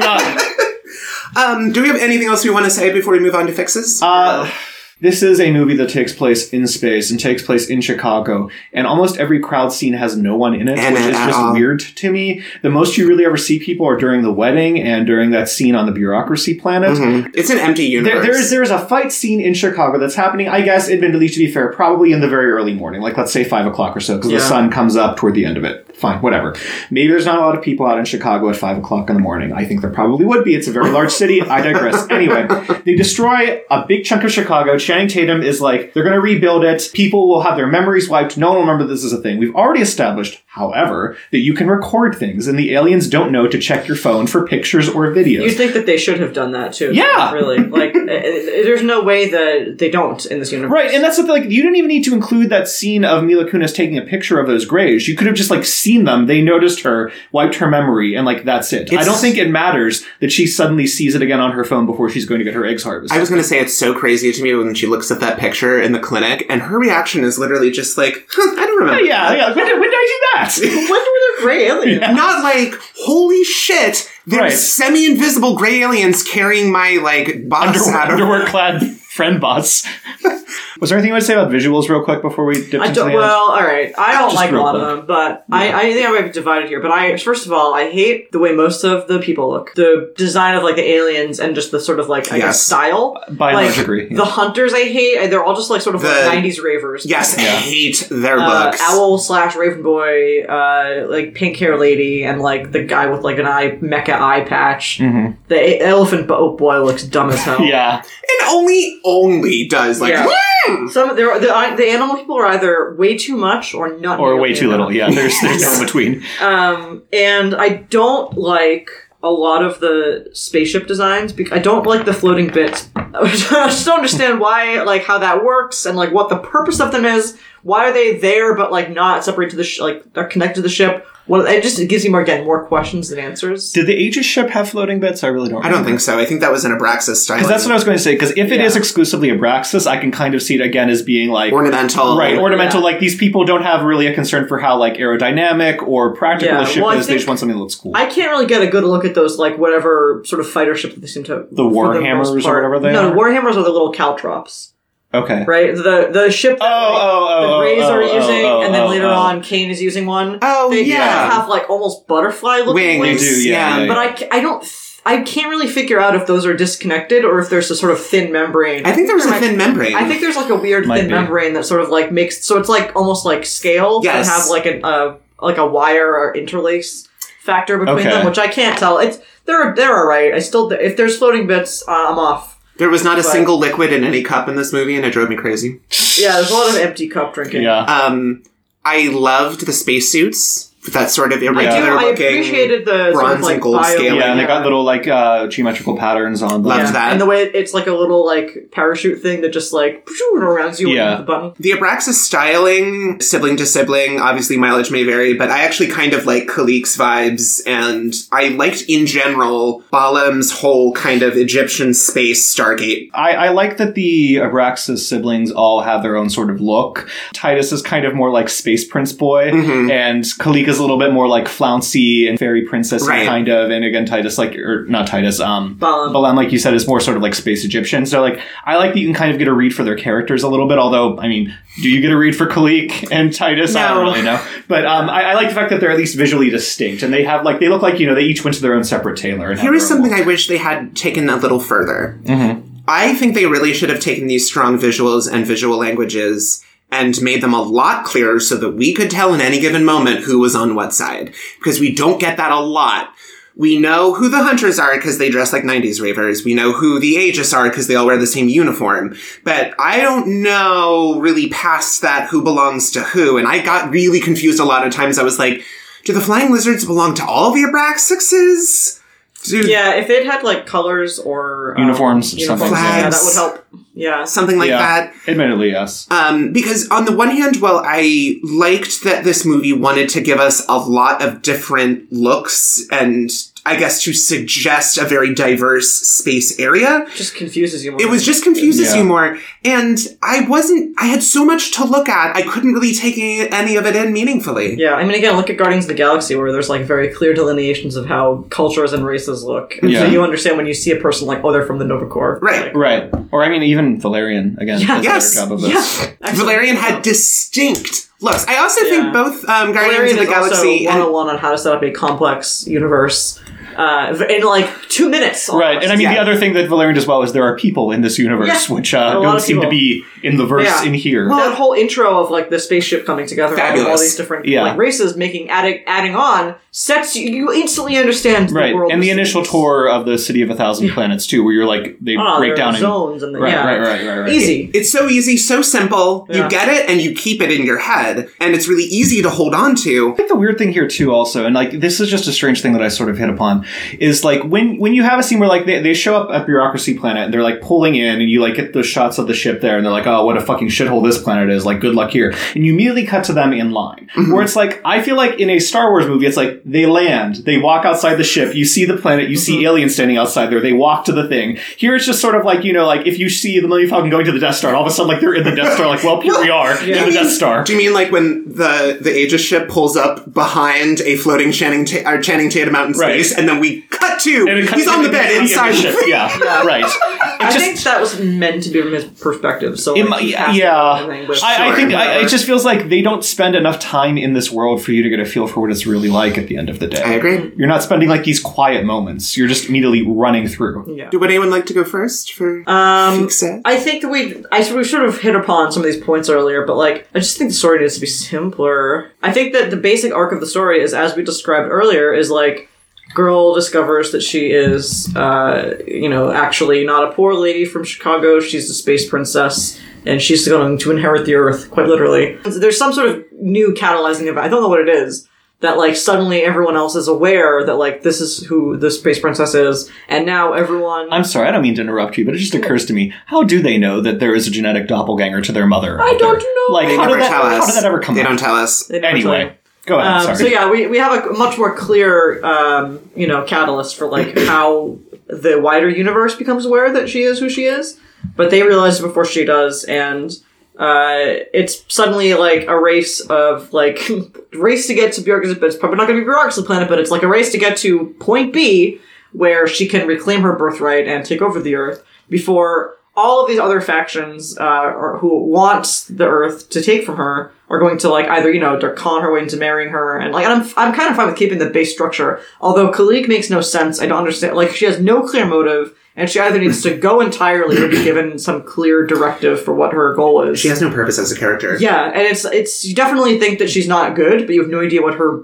*laughs*
not.
Um, do we have anything else we want to say before we move on to fixes?
Uh, this is a movie that takes place in space and takes place in Chicago, and almost every crowd scene has no one in it,
In
which
it
is
at
just
all.
weird to me. The most you really ever see people are during the wedding and during that scene on the bureaucracy planet.
Mhm. It's an empty
There,
universe.
there is there is a fight scene in Chicago that's happening. I guess, admittedly, to be fair, probably in the very early morning, like let's say five o'clock or so, because
Yeah.
the sun comes up toward the end of it. Fine, whatever. Maybe there's not a lot of people out in Chicago at five o'clock in the morning. I think there probably would be. It's a very large city. I digress. Anyway, they destroy a big chunk of Chicago. Channing Tatum is like, they're going to rebuild it. People will have their memories wiped. No one will remember this is a thing. We've already established, however, that you can record things, and the aliens don't know to check your phone for pictures or videos.
You'd think that they should have done that too.
Yeah.
really. Like, *laughs* eh, eh, there's no way that they don't in this universe.
Right, and that's the thing, like you didn't even need to include that scene of Mila Kunis taking a picture of those graves. You could have just like seen them. They noticed her, wiped her memory, and like that's it. I
It's-
don't think it matters that she suddenly sees it again on her phone before she's going to get her eggs harvested.
I was going to say it's so crazy to me when she looks at that picture in the clinic, and her reaction is literally just like, *laughs* huh, I don't remember.
yeah, yeah. When did, when did I do that? *laughs*
when were there gray aliens?
Not like, holy shit, there's
Right.
semi invisible gray aliens carrying my, like, box
underwear,
out of
underwear clad friend bots. was there anything you want to say about visuals, real quick, before we dip into
I
the
don't.
end?
Well, all right. I don't
Just
like a
real
lot
quick.
of them, but I, I think I'm gonna be divided here. But I, first of all, I hate the way most of the people look. The design of like the aliens and just the sort of like I
Yes.
guess style.
By and
like,
large, agree, yeah.
The hunters I hate. I- They're all just like sort of
The-
like 90s ravers.
Yes, I
Yeah.
hate their
Uh,
looks.
owl slash raven boy, uh, like pink hair lady, and like the guy with like an eye mecha eye patch. The a- elephant bo- oh, boy looks dumb as hell.
Mm-hmm. *laughs* Yeah,
And only, only does, like,
Yeah.
"Woo!"
Some there are, the, the animal people are either way too much or not
or way
nearly
too
enough.
little. Yeah, there's there's *laughs* no in between.
Um, and I don't like a lot of the spaceship designs. Bec- I don't like the floating bits. *laughs* I just don't understand why, like, how that works and like what the purpose of them is. Why are they there but like not separate to the sh- like they're connected to the ship? Well, it just it gives me more again more questions than answers.
Did the Aegis ship have floating bits? I really don't.
I don't think so. I think that was an Abraxas style.
Because that's what I was going to say. Because if it is
Yeah.
exclusively Abraxas, I can kind of see it again as being like
ornamental.
right ornamental.
Yeah.
Like these people don't have really a concern for how like aerodynamic or practical
Yeah,
the ship
well, I
is. They
think-
just want something that looks cool.
I can't really get a good look at those like whatever sort of fighter ship that they seem to
The
for the most
Warhammers or
part.
whatever they
no,
are?
warhammers are the little caltrops,
okay.
right? The the ship.
Oh, oh, oh,
the
oh,
Rays
oh,
are
oh,
using,
oh,
and then later
oh.
on, Kane is using one.
Oh,
they kind of
yeah.
have like almost butterfly looking
Wings.
They do, yeah, yeah,
But I, ca- I don't, f- I can't really figure out if those are disconnected or if there's a sort of thin membrane.
I think there was a
Might-
thin membrane.
I think there's like a weird
Might
thin
be.
membrane that sort of like makes so it's like almost like scales
Yes.
that have like an uh, like a wire or interlace factor between
Okay.
them, which I can't tell. It's they're they're all right. I still if there's floating bits, uh, I'm off.
there was not a
but-
single liquid in any cup in this movie, and it drove me crazy.
Yeah, there's a lot of empty cup drinking.
Yeah.
Um, I loved the spacesuits with that sort of
I do.
irregular
I
looking.
appreciated the sort
bronze
of, like,
and gold
bio-
scale.
Yeah, and they got
yeah.
little like uh, geometrical patterns on them.
Love
Yeah,
that.
And the way it- it's like a little like parachute thing that just like and around you
Yeah.
with the button.
The Abraxas styling, sibling to sibling, obviously mileage may vary, but I actually kind of like Kalix vibes, and I liked in general Balam's whole kind of Egyptian space Stargate.
I, I like that the Abraxas siblings all have their own sort of look. Titus is kind of more like space prince boy,
Mm-hmm.
and Kalika's a little bit more like flouncy and fairy princess
Right.
kind of. And again, Titus like or not Titus, um,
Balaam.
Balaam, like you said, is more sort of like space Egyptian. So like I like that you can kind of get a read for their characters a little bit. Although I mean, do you get a read for Kalik and Titus? I don't
No.
really know. But um, I, I like the fact that they're at least visually distinct, and they have like they look like you know they each went to their own separate tailor. And had
Here is
their own
something I wish they had taken a little further. I think they really should have taken these strong visuals and visual languages and made them a lot clearer so that we could tell in any given moment who was on what side, because we don't get that a lot. We know who the hunters are because they dress like 90s ravers. We know who the Aegis are because they all wear the same uniform. But I don't know really past that who belongs to who. And I got really confused a lot of times. I was like, do the flying lizards belong to all the Abraxases? Do
Yeah, if they'd had like colors or um,
Uniforms,
uniforms
something.
yeah, that
Flags.
would help. Yeah,
something like
Yeah.
that?
Admittedly, yes.
Um, because on the one hand, while I liked that this movie wanted to give us a lot of different looks and I guess to suggest a very diverse space area,
just confuses you. More
it was just confuses
Yeah.
you more. And I wasn't, I had so much to look at, I couldn't really take any, any of it in meaningfully.
Yeah, I mean, again, look at Guardians of the Galaxy, where there's like very clear delineations of how cultures and races look, and
Yeah.
so you understand when you see a person like, oh, they're from the Nova Corps,
Right.
Like,
Right. Or I mean, even Valerian again does
yes,
a better job of
yeah,
this.
Actually,
Valerian had distinct looks. I also
Yeah.
think both um, Guardians
Valerian
of the
is
Galaxy
one
and
on one on how to set up a complex universe uh, in like two minutes, almost.
Right. And I mean, the
Yeah.
other thing that Valerian does well is there are people in this universe
Yeah.
which
A
uh,
lot
don't
of
seem to
people.
be in the verse
Yeah.
in here.
Well-
that whole intro of like the spaceship coming together and all
Fabulous.
these different
Yeah.
like races making adding adding on sets you, you instantly understand the
right.
world
And the
is-
initial tour of the City of a Thousand Planets, too, where you're like, they
oh,
break down and.
zones and the,
Right,
yeah.
right, right, right, right.
easy
It's so easy, so simple.
Yeah.
You get it and you keep it in your head. And it's really easy to hold on to.
I think the weird thing here too also and like this is just a strange thing that i sort of hit upon is like when when you have a scene where like they, they show up at bureaucracy planet and they're like pulling in and you like get those shots of the ship there and they're like oh what a fucking shithole this planet is like good luck here and you immediately cut to them in line where it's like i feel like in a star wars movie it's like they land they walk outside the ship you see the planet you see aliens standing outside there they walk to the thing here it's just sort of like you know like if you see the millennium falcon going to the death star and all of a sudden like they're in the death star like well here we are in the death star
Do you mean like when the the Aegis ship pulls up behind a floating Channing Ta- or Channing Tatum out in
Right.
space, and then we cut to
And it cuts
he's
to
on the
the
bed
beginning of
inside?
the ship. Yeah, right. It
I
just-
think that was meant to be from his perspective so
it
like,
might-
he has to
yeah.
do everything with-
I, I
Sure.
think I, it just feels like they don't spend enough time in this world for you to get a feel for what it's really like at the end of
*laughs*
the
I
day.
agree.
You're not spending like these quiet moments. You're just immediately running through.
yeah.
Would anyone like to go first for
um,
fix it?
I think that we I we sort of hit upon some of these points earlier, but like I just think the story needs to be simpler. I think that the basic arc of the story is as we described earlier is like girl discovers that she is uh, you know actually not a poor lady from Chicago. She's a space princess. And she's going to inherit the Earth, quite literally. There's some sort of new catalyzing event. I don't know what it is. That like suddenly everyone else is aware that like this is who the space princess is, and now everyone.
I'm sorry, I don't mean to interrupt you, but it just occurs to me: how do they know that there is a genetic doppelganger to their mother?
I
out there?
don't know.
Like,
They
how,
Never
did that,
tell us.
how did that ever come?
They
up?
don't tell us.
They never tell you.
Anyway, go ahead.
Um,
sorry.
so yeah, we, we have a much more clear, um, you know, catalyst for like how the wider universe becomes aware that she is who she is, but they realize it before she does, and uh, it's suddenly like a race of like *laughs* race to get to Bjork's. It's probably not going to be Bjork's planet, but it's like a race to get to point B where she can reclaim her birthright and take over the Earth before all of these other factions uh, are, who want the Earth to take from her are going to like either you know con her way into marrying her and like and I'm I'm kind of fine with keeping the base structure. Although Khalik makes no sense, I don't understand. Like she has no clear motive, and she either needs to go entirely or be given some clear directive for what her goal is.
She has no purpose as a character.
Yeah, and it's it's you definitely think that she's not good, but you have no idea what her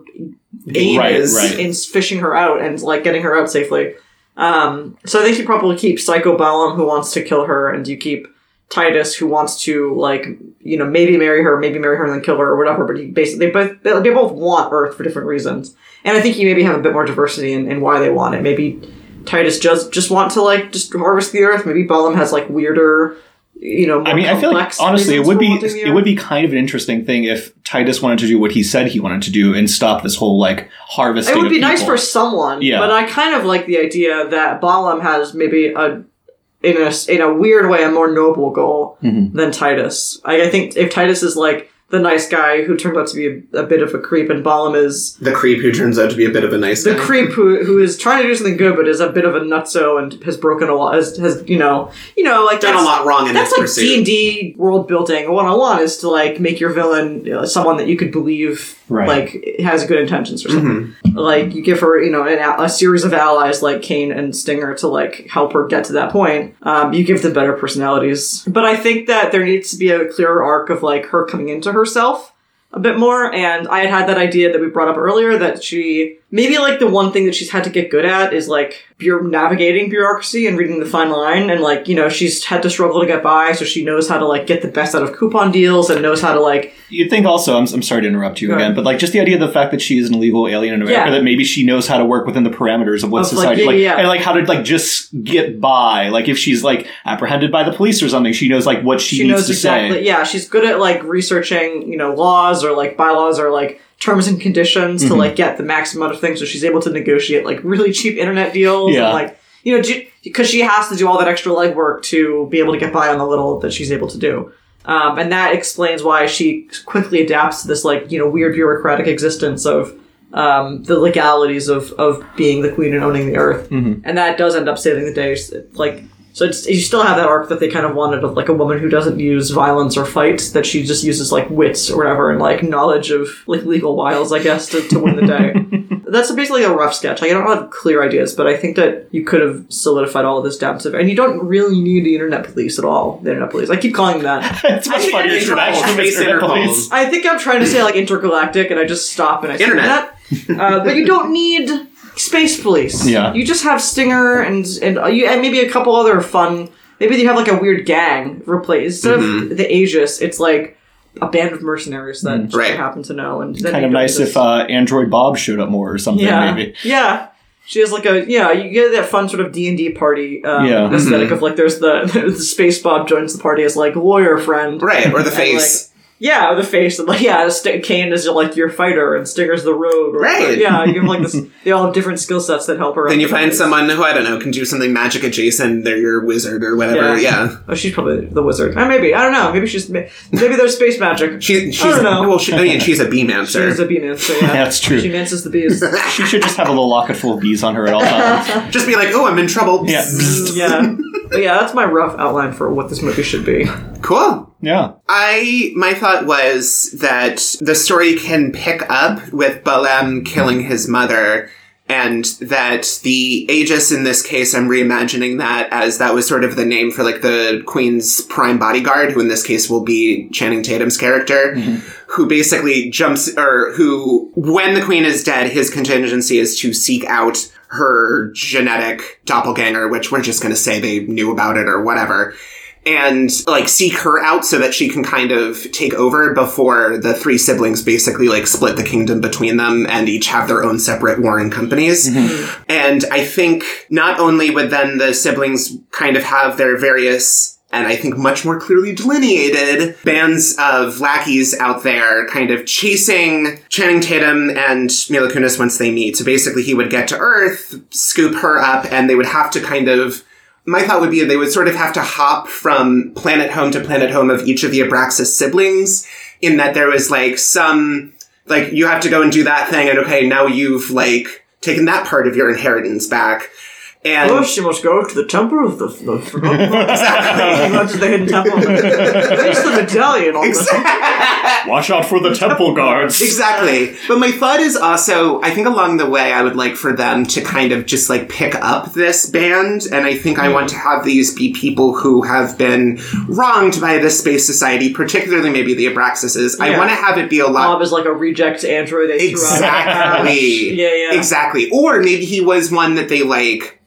aim
Right,
is
right.
in fishing her out and like getting her out safely. Um, so I think you probably keep Psycho Balam, who wants to kill her, and you keep Titus who wants to like you know maybe marry her, maybe marry her and then kill her or whatever. But he basically they both they both want Earth for different reasons, and I think you maybe have a bit more diversity in, in why they want it. Maybe Titus just just want to like just harvest the Earth. Maybe Balaam has like weirder. You know, more
I mean, I feel like
complex
honestly, it
reasons
would
for
be
wanting the
it
Earth.
would be kind of an interesting thing if Titus wanted to do what he said he wanted to do and stop this whole like harvesting.
It would
of
be nice
people.
for someone,
Yeah.
but I kind of like the idea that Balaam has maybe a in a in a weird way a more noble goal
Mhm.
than Titus. I, I think if Titus is like the nice guy who turns out to be a, a bit of a creep, and Balaam is
The creep who turns out to be a bit of a nice
the
guy.
creep who who is trying to do something good but is a bit of a nutso and has broken a lot, has, has you know you know like
Done a
that's-
lot wrong in
that's
his
like
pursuit.
D and D world building. One on one is to like make your villain uh, someone that you could believe
Right.
like has good intentions or something.
Mhm.
Like you give her, you know, an, al- a series of allies like Kane and Stinger to like help her get to that point. Um, you give them better personalities, but I think that there needs to be a clearer arc of like her coming into herself a bit more. And I had had that idea that we brought up earlier that she maybe like the one thing that she's had to get good at is like bu- navigating bureaucracy and reading the fine line. And like, you know, she's had to struggle to get by, so she knows how to like get the best out of coupon deals and knows how to like,
You'd think also, I'm, I'm sorry to interrupt you
Go
again,
ahead.
but like just the idea of the fact that she is an illegal alien in America,
Yeah.
that maybe she knows how to work within the parameters of what
Of, like,
society,
yeah,
like,
yeah.
and like how to like just get by. Like if she's like apprehended by the police or something, she knows like what she,
she,
needs
knows
to
exactly.
say.
Yeah, she's good at like researching, you know, laws or like bylaws or like terms and conditions
Mm-hmm.
to like get the maximum out of things. So she's able to negotiate like really cheap internet deals
Yeah.
and like, you know, because she has to do all that extra legwork to be able to get by on the little that she's able to do. Um, and that explains why she quickly adapts to this like, you know, weird bureaucratic existence of um, the legalities of, of being the queen and owning the earth. And that does end up saving the day. s- Like, so it's, you still have that arc that they kind of wanted of like a woman who doesn't use violence or fight, that she just uses like wits or whatever and like knowledge of like legal wiles, I guess, to, to win the day. That's basically a rough sketch. Like, I don't have clear ideas, but I think that you could have solidified all of this down to, and you don't really need the internet police at all. The internet police. I keep calling them that.
it's much
think
funnier
Interpol,
to actually
space
Mr.
Interpol.
Police.
I think I'm trying to say like intergalactic, and I just stop and I say
Internet.
that. Uh, but you don't need space police.
Yeah.
you just have Stinger and and uh, you and maybe a couple other fun. Maybe you have like a weird gang replaced instead
Mm-hmm.
of the Aegis. It's like a band of mercenaries that just
Right.
happen to know. And then
Kind
they
of
go
nice
to
if uh, Android Bob showed up more or something,
*laughs* yeah,
maybe.
yeah. She has like a yeah. You get that fun sort of D and D party um,
Yeah.
Mm-hmm.
aesthetic of like there's the, *laughs* the space Bob joins the party as like lawyer friend,
Right, or the
and, like,
face.
yeah, the face and like yeah, St- Kane is like your fighter and Stinger's the road. Or,
Right.
Yeah, you have
*laughs*
like this. They all have different skill sets that help her.
then
out.
you find someone who I don't know can do something magic adjacent. They're your wizard or whatever. Yeah,
Yeah. Oh, she's probably the wizard. Uh, maybe I don't know. Maybe she's maybe there's space magic.
she, she's
don't know.
well. She, I mean, she's a bee mancer.
She's a bee mancer.
*laughs*
Yeah.
That's true.
She mances
*laughs*
the bees.
She should just have a little locket full of bees on her at all
*laughs*
times.
Just be like, oh, I'm in trouble.
Yeah.
yeah. But yeah, that's my rough outline for what this movie should be.
Cool.
yeah.
I my thought was that the story can pick up with Balaam killing his mother, and that the Aegis in this case, I'm reimagining that as that was sort of the name for like the Queen's prime bodyguard, who in this case will be Channing Tatum's character, who basically jumps or who when the Queen is dead, his contingency is to seek out her genetic doppelganger, which we're just gonna say they knew about it or whatever and like seek her out so that she can kind of take over before the three siblings basically like split the kingdom between them and each have their own separate warring companies. And I think not only would then the siblings kind of have their various and I think much more clearly delineated bands of lackeys out there kind of chasing Channing Tatum and Mila Kunis once they meet. So basically he would get to Earth, scoop her up, and they would have to kind of my thought would be they would sort of have to hop from planet home to planet home of each of the Abraxas siblings, in that there was like some, like, you have to go and do that thing, and okay, now you've like taken that part of your inheritance back. And
she must go to the temple of the. the
*laughs*
exactly. She went to the hidden temple. Where's the medallion on the
*laughs* Watch out for the temple guards.
Exactly. But my thought is also, I think along the way, I would like for them to kind of just like pick up this band. And I think I want to have these be people who have been wronged by the space society, particularly maybe the Abraxases. I
Yeah.
want to have it be a lot.
Bob is like a reject android. They threw out of the house.
Exactly.
*laughs* Yeah, yeah.
Exactly. Or maybe he was one that they like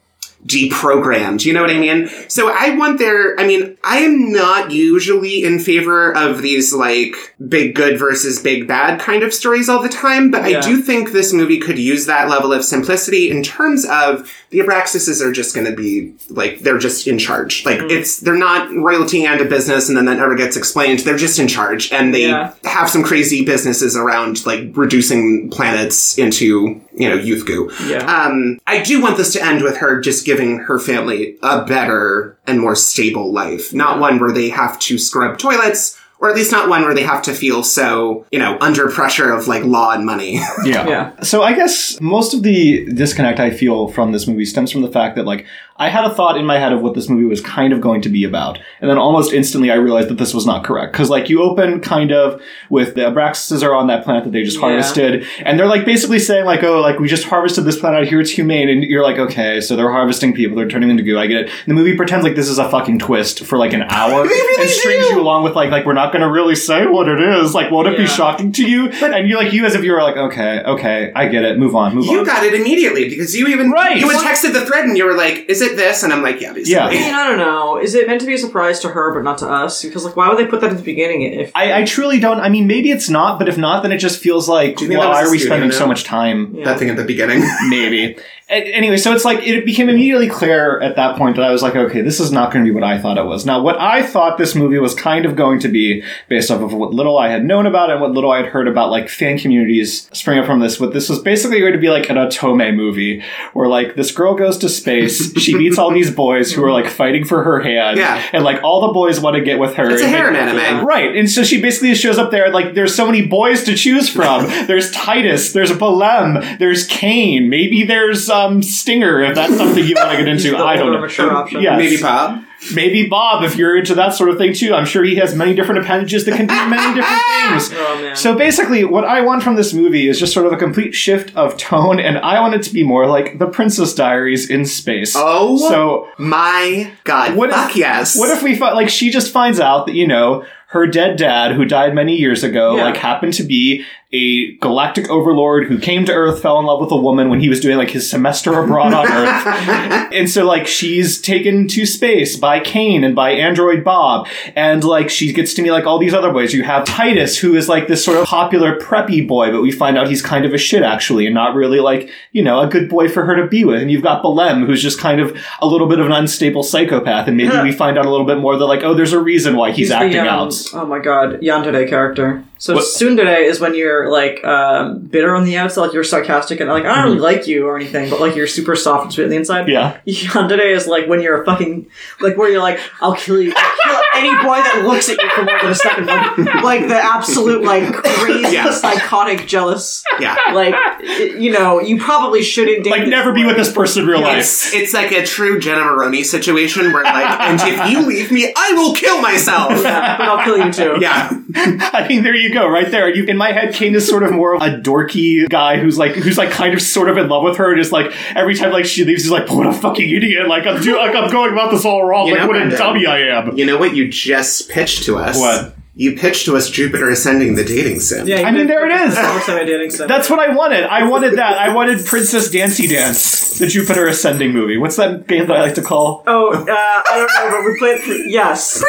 deprogrammed. You know what I mean? So I want their, I mean, I am not usually in favor of these like big good versus big bad kind of stories all the time, but I
Yeah.
do think this movie could use that level of simplicity in terms of the Abraxases are just going to be like, they're just in charge. Like
Mm.
it's, they're not royalty and a business and then that never gets explained. They're just in charge and they
Yeah.
have some crazy businesses around like reducing planets into, you know, youth goo.
Yeah.
Um, I do want this to end with her just giving her family a better and more stable life, not one where they have to scrub toilets, or at least not one where they have to feel so, you know, under pressure of like law and money. *laughs*
Yeah.
Yeah.
So I guess most of the disconnect I feel from this movie stems from the fact that like I had a thought in my head of what this movie was kind of going to be about, and then almost instantly I realized that this was not correct because like you open kind of with the Abraxas are on that planet that they just
Yeah.
harvested, and they're like basically saying like oh like we just harvested this planet out here it's humane, and you're like okay so they're harvesting people they're turning them to goo I get it. And the movie pretends like this is a fucking twist for
*laughs*
like an hour
really
and strings
do.
you along with like like we're not going to really say what it is like won't it be
Yeah.
shocking to you? and you're like you as if you were like okay okay I get it move on move
you
on.
got it immediately because you even
Right.
you had texted the thread and you were like, "Is it this?" And I'm like, "Yeah, basically." *laughs*
I mean, I don't know. Is it meant to be a surprise to her, but not to us? Because like, why would they put that at the beginning? If
I, I truly don't. I mean, maybe it's not, but if not, then it just feels like,
Do you think
why
that was
are
a
we
studio
spending so
note?
much time?
Yeah.
That thing at the
*laughs*
beginning.
Maybe. A- anyway, so it's like, it became immediately clear at that point that I was like, okay, this is not going to be what I thought it was. Now, what I thought this movie was kind of going to be, based off of what little I had known about and what little I had heard about, like, fan communities spring up from this, what this was basically going to be like an Otome movie, where, like, this girl goes to space, she meets all these boys who are, like, fighting for her hand,
Yeah.
and, like, all the boys want to get with her.
it's a
and make-
harem anime.
Right, and so she basically shows up there, and like, there's so many boys to choose from.
*laughs*
There's Titus, there's Balem, there's Kane, maybe there's um Stinger if that's something you want
*laughs*
to get into.
the
I don't
older,
know.
mature option.
Yeah.
Maybe Bob.
Maybe Bob if you're into that sort of thing too. I'm sure he has many different appendages that can do many
*laughs*
different things.
Oh man.
So basically, what I want from this movie is just sort of a complete shift of tone, and I want it to be more like The Princess Diaries in space.
Oh.
so
My God,
What if-
fuck yes.
what if we fi- like she just finds out that you know her dead dad, who died many years ago,
Yeah.
like happened to be a galactic overlord who came to Earth, fell in love with a woman when he was doing like his semester
*laughs*
abroad on Earth, and so like she's taken to space by Kane and by Android Bob, and like she gets to meet like all these other boys. You have Titus, who is like this sort of popular preppy boy, but we find out he's kind of a shit actually, and not really like you know a good boy for her to be with. And you've got Belem, who's just kind of a little bit of an unstable psychopath, and maybe we find out a little bit more that like oh, there's a reason why he's,
He's the,
acting
um,
out.
Oh my god, Yandere character. So
What-
soon today is when you're like um, bitter on the outside, like you're sarcastic and like I don't really like you or anything, but like you're super soft and sweet on the inside.
Mm-hmm. Yeah.
Yandere is like when you're a fucking like where you're like I'll kill you, I'll kill any boy that looks at you for more than a second, like, like the absolute like crazy
Yeah.
psychotic jealous.
yeah.
Like y- you know, you probably shouldn't date
Like
this
never be
boy.
with this person in real
It's, it's like a true Jenna Maroney situation where like, and if
*laughs*
you leave me, I will kill myself.
Yeah, but I'll kill you too.
Yeah.
life. *laughs* I mean, there you go, right there. You, in my head, Kane is sort of more of a dorky guy who's like, who's like kind of sort of in love with her, and is like every time like she leaves, he's like, what a fucking idiot! Like I'm, do- like, I'm going about this all wrong.
You
like
know,
what a
Brendan.
dummy I am.
You know what you just pitched to us?
What?
You pitched to us Jupiter Ascending the dating sim.
Yeah, you
I mean,
did-
there it is.
That's what I'm dating, so-
That's what I wanted. I wanted that. I wanted Princess Dancy Dance, the Jupiter Ascending movie. What's that band that I like to call?
Oh, uh, I don't know, but we played. Yes.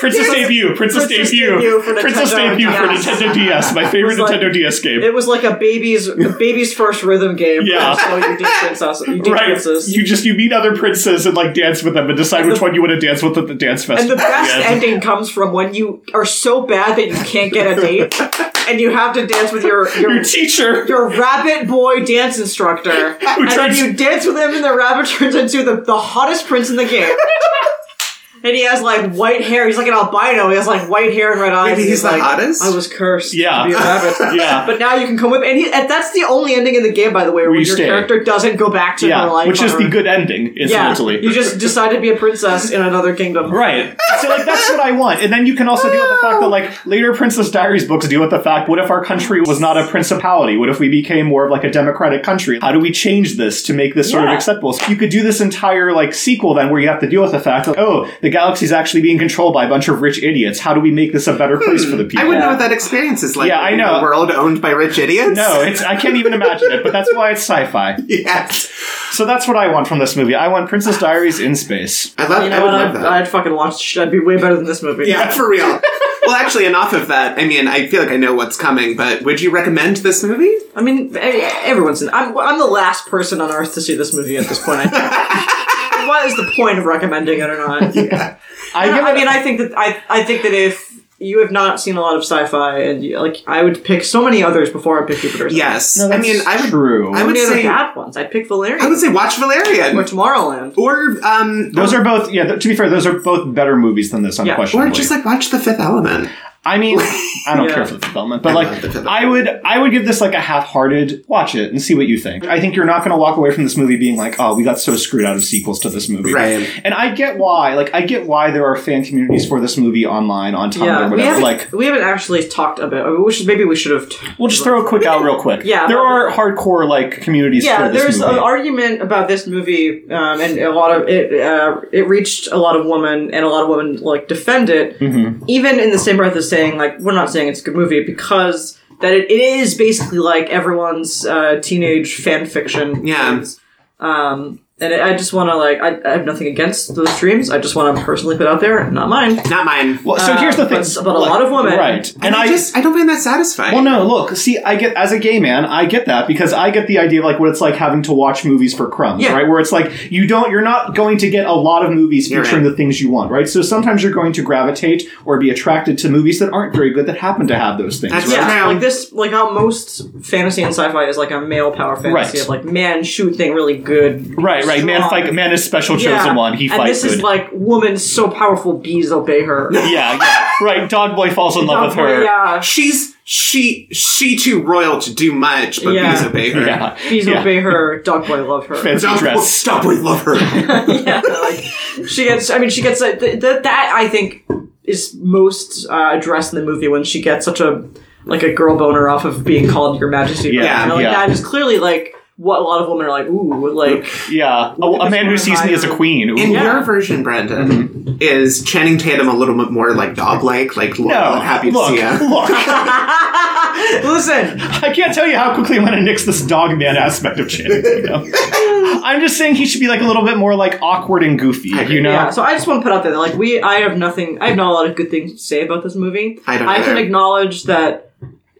Princess Debut. Princess,
Princess
Debut.
Debut for
Princess
Nintendo
Debut for
DS.
Nintendo DS. My favorite
It was like-
Nintendo DS game.
It was like a baby's a baby's first rhythm game.
Yeah.
So you did princess, you did
Right,
princess.
you just you meet other princes and like dance with them and decide which one you want to dance with at the dance
and
festival.
the best
Yes.
ending comes from when you are so bad that you can't get a date, and you have to dance with your your,
Your teacher
your rabbit boy dance instructor. and
turns-
then you dance with him, and the rabbit turns into the, the hottest prince in
*laughs*
the game. and he has like white hair. He's like an albino. He has like white hair and red eyes.
Maybe
and
he's the
like,
hottest?
I was cursed.
Yeah.
To be a rabbit.
*laughs* Yeah.
But now you can come with, and, he, and that's the only ending in the game, by the way, where,
you
your
stay.
character doesn't go back to her
yeah,
life.
which is
or-
the good ending,
Yeah,
incidentally.
you just decide to be a princess in another kingdom.
Right. So like that's what I want. And then you can also deal with the fact that like later Princess Diaries books deal with the fact what if our country was not a principality? What if we became more of like a democratic country? How do we change this to make this sort of
Yeah.
acceptable? So you could do this entire like sequel then where you have to deal with the fact that oh, the galaxy's actually being controlled by a bunch of rich idiots. How do we make this a better
Hmm.
place for the people?
I would not know
Yeah.
what that experience is like.
Yeah, I
living in
know.
A world owned by rich idiots?
no, it's I can't even imagine it, but that's why it's sci-fi.
*laughs* Yes.
So that's what I want from this movie. I want Princess Diaries in space.
I love,
You
I
know
would
what?
love
I'd,
that.
I'd fucking watch. That'd be way better than this movie.
yeah, for real. well, actually, enough of that. I mean, I feel like I know what's coming, but would you recommend this movie?
I mean, e- everyone's in. I'm, I'm the last person on earth to see this movie at this point. I
*laughs*
think. what is the point of recommending it or not?
I, give it,
I mean, I think that I, I think that if you have not seen a lot of sci-fi, and you, like, I would pick so many others before I pick Jupiter.
Yes.
No,
I
that's
mean, I would.
true.
I
I
would
would
say-
say bad ones. I'd pick Valerian
I would say watch
or
Valerian
Tomorrowland.
or um
those are both. Yeah, th- to be fair, those are both better movies than this.
Yeah.
or
Unquestionably,
just like watch The Fifth Element.
I mean, I don't
Yeah.
care for the development, but
I love
like,
the Fifth
I would, I would give this like a half-hearted watch it and see what you think. I think you're not going to walk away from this movie being like, oh, we got so screwed out of sequels to this movie.
Right.
And I get why. Like, I get why there are fan communities for this movie online on Tumblr,
Yeah, we
whatever.
haven't,
Like,
we haven't actually talked about. I mean, we should, maybe we should have.
we'll just throw a quick out real quick.
Yeah,
There
but-
are hardcore like communities
yeah,
for this
there's
movie.
an argument about this movie, um, and a lot of it. Uh, it reached a lot of women, and a lot of women like defend it, even in the same breath as saying like we're not saying it's a good movie because that it, it is basically like everyone's uh, teenage fan fiction.
Yeah.
things. Um, and I I just want to like I, I have nothing against those dreams. I just want to personally put out there, not mine.
Not mine.
well, so here's the
uh,
thing.
but- but a lot of women-
right? And,
I, just I don't find that satisfying.
Well, no, look, see, I get, as a gay man, I get that because I get the idea of like what it's like having to watch movies for crumbs,
Yeah.
right? Where it's like, you don't, you're not going to get a lot of movies
You're
featuring
right.
the things you want, right? So sometimes you're going to gravitate or be attracted to movies that aren't very good that happen to have those things,
That's
right?
right.
Yeah,
Now-
like this, like how most fantasy and sci-fi is like a male power fantasy
Right.
of like man shoot thing really good.
Right, right. Man,
strong.
fight, man is special chosen
Yeah,
one. He
and
fights
this
good.
is like woman so powerful bees obey her.
*laughs* yeah, yeah, right. Dog boy falls in love with her.
Yeah,
She's she she too royal to do much, but
Yeah.
please obey her.
Yeah.
bees
Yeah.
obey her. Dog boy love
*laughs*
her.
Fancy
Stop,
dress.
stop, we love
*laughs*
her.
*laughs* yeah, like she gets. I mean, she gets a, th- th- that. I think is most uh, addressed in the movie when she gets such a like a girl boner off of being called Your Majesty. by
Yeah,
men. like
yeah.
that is clearly like what a lot of women are like. Ooh, like *laughs*
Yeah. A, a man who sees me as a queen. Ooh.
In
Yeah.
your version, Brandon,
Mm-hmm.
is Channing Tatum a little bit more like dog like, like loyal
No,
and happy to
look,
see you?
look.
listen.
*laughs* I can't tell you how quickly I'm going to nix this dog man aspect of Channing Tatum. I'm just saying he should be like a little bit more like awkward and goofy, you know?
Yeah, so I just want to put out there that like we I have nothing I have not a lot of good things to say about this movie.
I don't
I can
either.
acknowledge that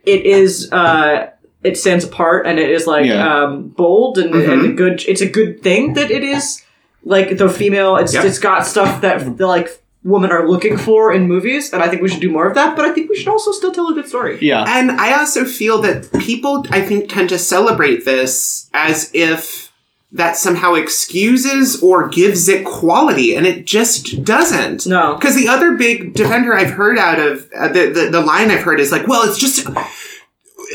it is uh it stands apart and it is like
Yeah. Mm-hmm.
um bold and, and a good it's a good thing that it is like the female it's
Yep.
it's got stuff that the like women are looking for in movies and I think we should do more of that, but I think we should also still tell a good story.
Yeah.
And I also feel that people, I think, tend to celebrate this as if that somehow excuses or gives it quality, and it just doesn't.
No.
Because the other big defender I've heard out of uh, the, the the line I've heard is like, well, it's just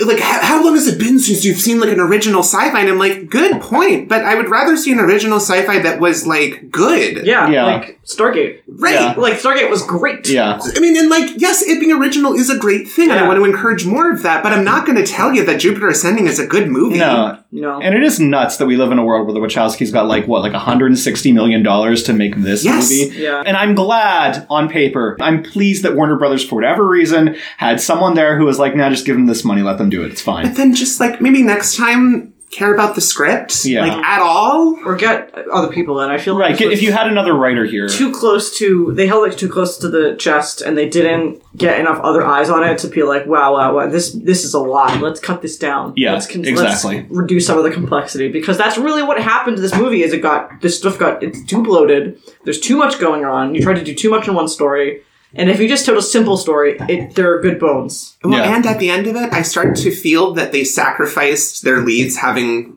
like how, how long has it been since you've seen like an original sci-fi? And I'm like, good point, but I would rather see an original sci-fi that was like good.
Yeah,
Yeah.
like Stargate.
Right.
Yeah.
Like Stargate was great.
Yeah.
I mean, and like, yes, it being original is a great thing, and I
Yeah.
want to encourage more of that. But I'm not going to tell you that Jupiter Ascending is a good movie.
No.
You know.
And it is nuts that we live in a world where the Wachowskis got like what, like 160 million dollars to make this
Yes.
movie.
Yeah.
And I'm glad on paper. I'm pleased that Warner Brothers, for whatever reason, had someone there who was like, "Nah, just give them this money, let them do it.
*laughs*
It's fine."
Then just like maybe next time, care about the script,
Yeah.
like at all.
or get other people in. I feel
Right?
like
If you
have.
had another writer here,
too close to they held it too close to the chest and they didn't get enough other eyes on it to be like wow wow wow this this is a lot let's cut this down
Yeah,
let's
exactly.
let's reduce some of the complexity because that's really what happened to this movie is it got this stuff got it's too bloated there's too much going on you tried to do too much in one story and if you just told a simple story it there are good bones
Well,
Yeah.
and at the end of it, I start to feel that they sacrificed their leads having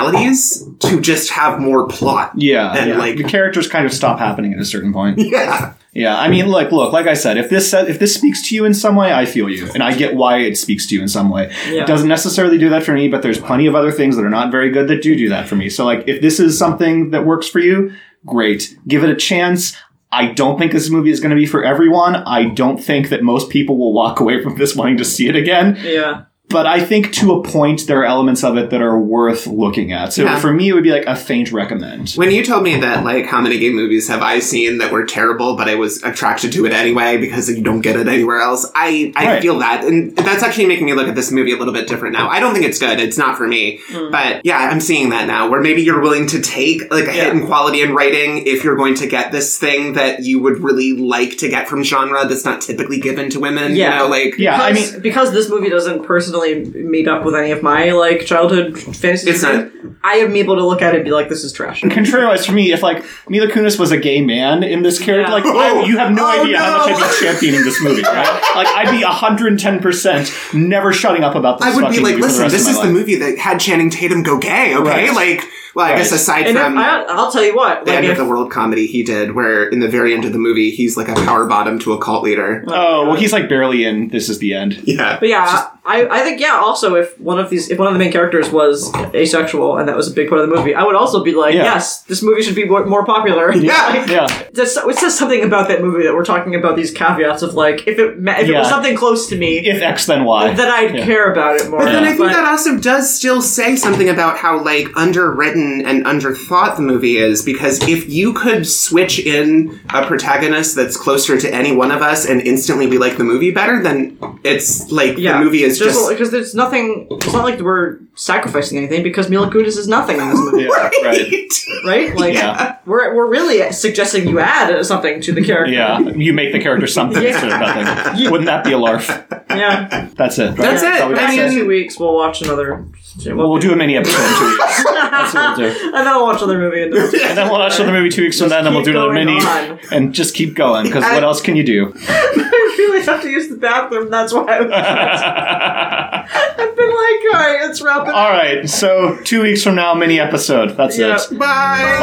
personalities to just have more plot. *laughs*
yeah,
And,
yeah.
like-
the characters kind of stop happening at a certain point.
Yeah.
Yeah, I mean, look, look. Like I said, if this if this speaks to you in some way, I feel you, and I get why it speaks to you in some way.
Yeah.
It doesn't necessarily do that for me, but there's plenty of other things that are not very good that do do that for me. So, like, if this is something that works for you, great, give it a chance. I don't think this movie is going to be for everyone. I don't think that most people will walk away from this wanting to see it again.
yeah
but I think to a point there are elements of it that are worth looking at. So
Yeah.
for me, it would be like a faint recommend.
When you told me that, like, how many gay movies have I seen that were terrible, but I was attracted to it anyway because you don't get it anywhere else, I, I
Right.
feel that. And that's actually making me look at this movie a little bit different now. I don't think it's good. It's not for me.
Hmm.
But yeah, I'm seeing that now where maybe you're willing to take, like, a
Yeah.
hidden quality in writing if you're going to get this thing that you would really like to get from genre that's not typically given to women.
Yeah.
You know, like,
Yeah, I mean,
because, because this movie doesn't personally meet up with any of my like childhood fantasies.
It's not-
I am able to look at it and be like, "This is trash."
Contrariwise for me, if like Mila Kunis was a gay man in this character,
Yeah.
like I, you have no
Oh,
idea how much
no.
I'd be championing this
*laughs*
movie, right? Like I'd be hundred and ten percent never shutting up about this.
I would be
fucking
like,
movie for the
listen,
rest
this
of
is
my
the
life."
movie that had Channing Tatum go gay, okay?
Right.
Like, well, I
Right.
guess aside
And if,
from.
I, I'll tell you what,
the
like
end of
if,
the world comedy he did, where in the very end of the movie he's like a power bottom to a cult leader.
Oh well, he's like barely in. This is the end.
Yeah,
But yeah, I, I think yeah. Also, if one of these, if one of the main characters was asexual and that was a big part of the movie, I would also be like,
Yeah.
yes, this movie should be more, more popular.
Yeah.
Yeah.
That's, *laughs* it says something about that movie that we're talking about these caveats of like, if it ma- if it
Yeah.
was something close to me,
If X then Y.
then I'd
Yeah.
care about it more.
But then I think that also does still say something about how like underwritten and underthought the movie is because if you could switch in a protagonist that's closer to any one of us and instantly we like the movie better, then it's like
yeah,
the movie is just
because there's nothing. It's not like we're sacrificing anything because Mila Kunis is nothing in this movie,
*laughs*
Yeah, right.
right? Like
Yeah.
we're we're really suggesting you add something to the character.
Yeah, you make the character something instead
*laughs*
of nothing. Wouldn't that be a larf?
yeah.
That's it. right?
That's it.
all we
I
got to
Back
mean-
say.
in two weeks, we'll watch another.
we'll do a mini episode in two
*laughs*
weeks. *laughs* That's what we'll do.
*laughs* and then I'll watch another movie. And
*laughs*
*laughs*
And then we'll watch another movie two weeks from then, and we'll do
keep
another
going
mini,
on.
and just keep going. Because what else can
*laughs*
you do?
I really have to use the bathroom. That's
*laughs*
why I'm, I've been like, all right, let's wrap it. up.
All right, so two weeks from now, mini episode. That's
Yeah.
it.
Bye.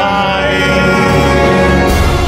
Bye.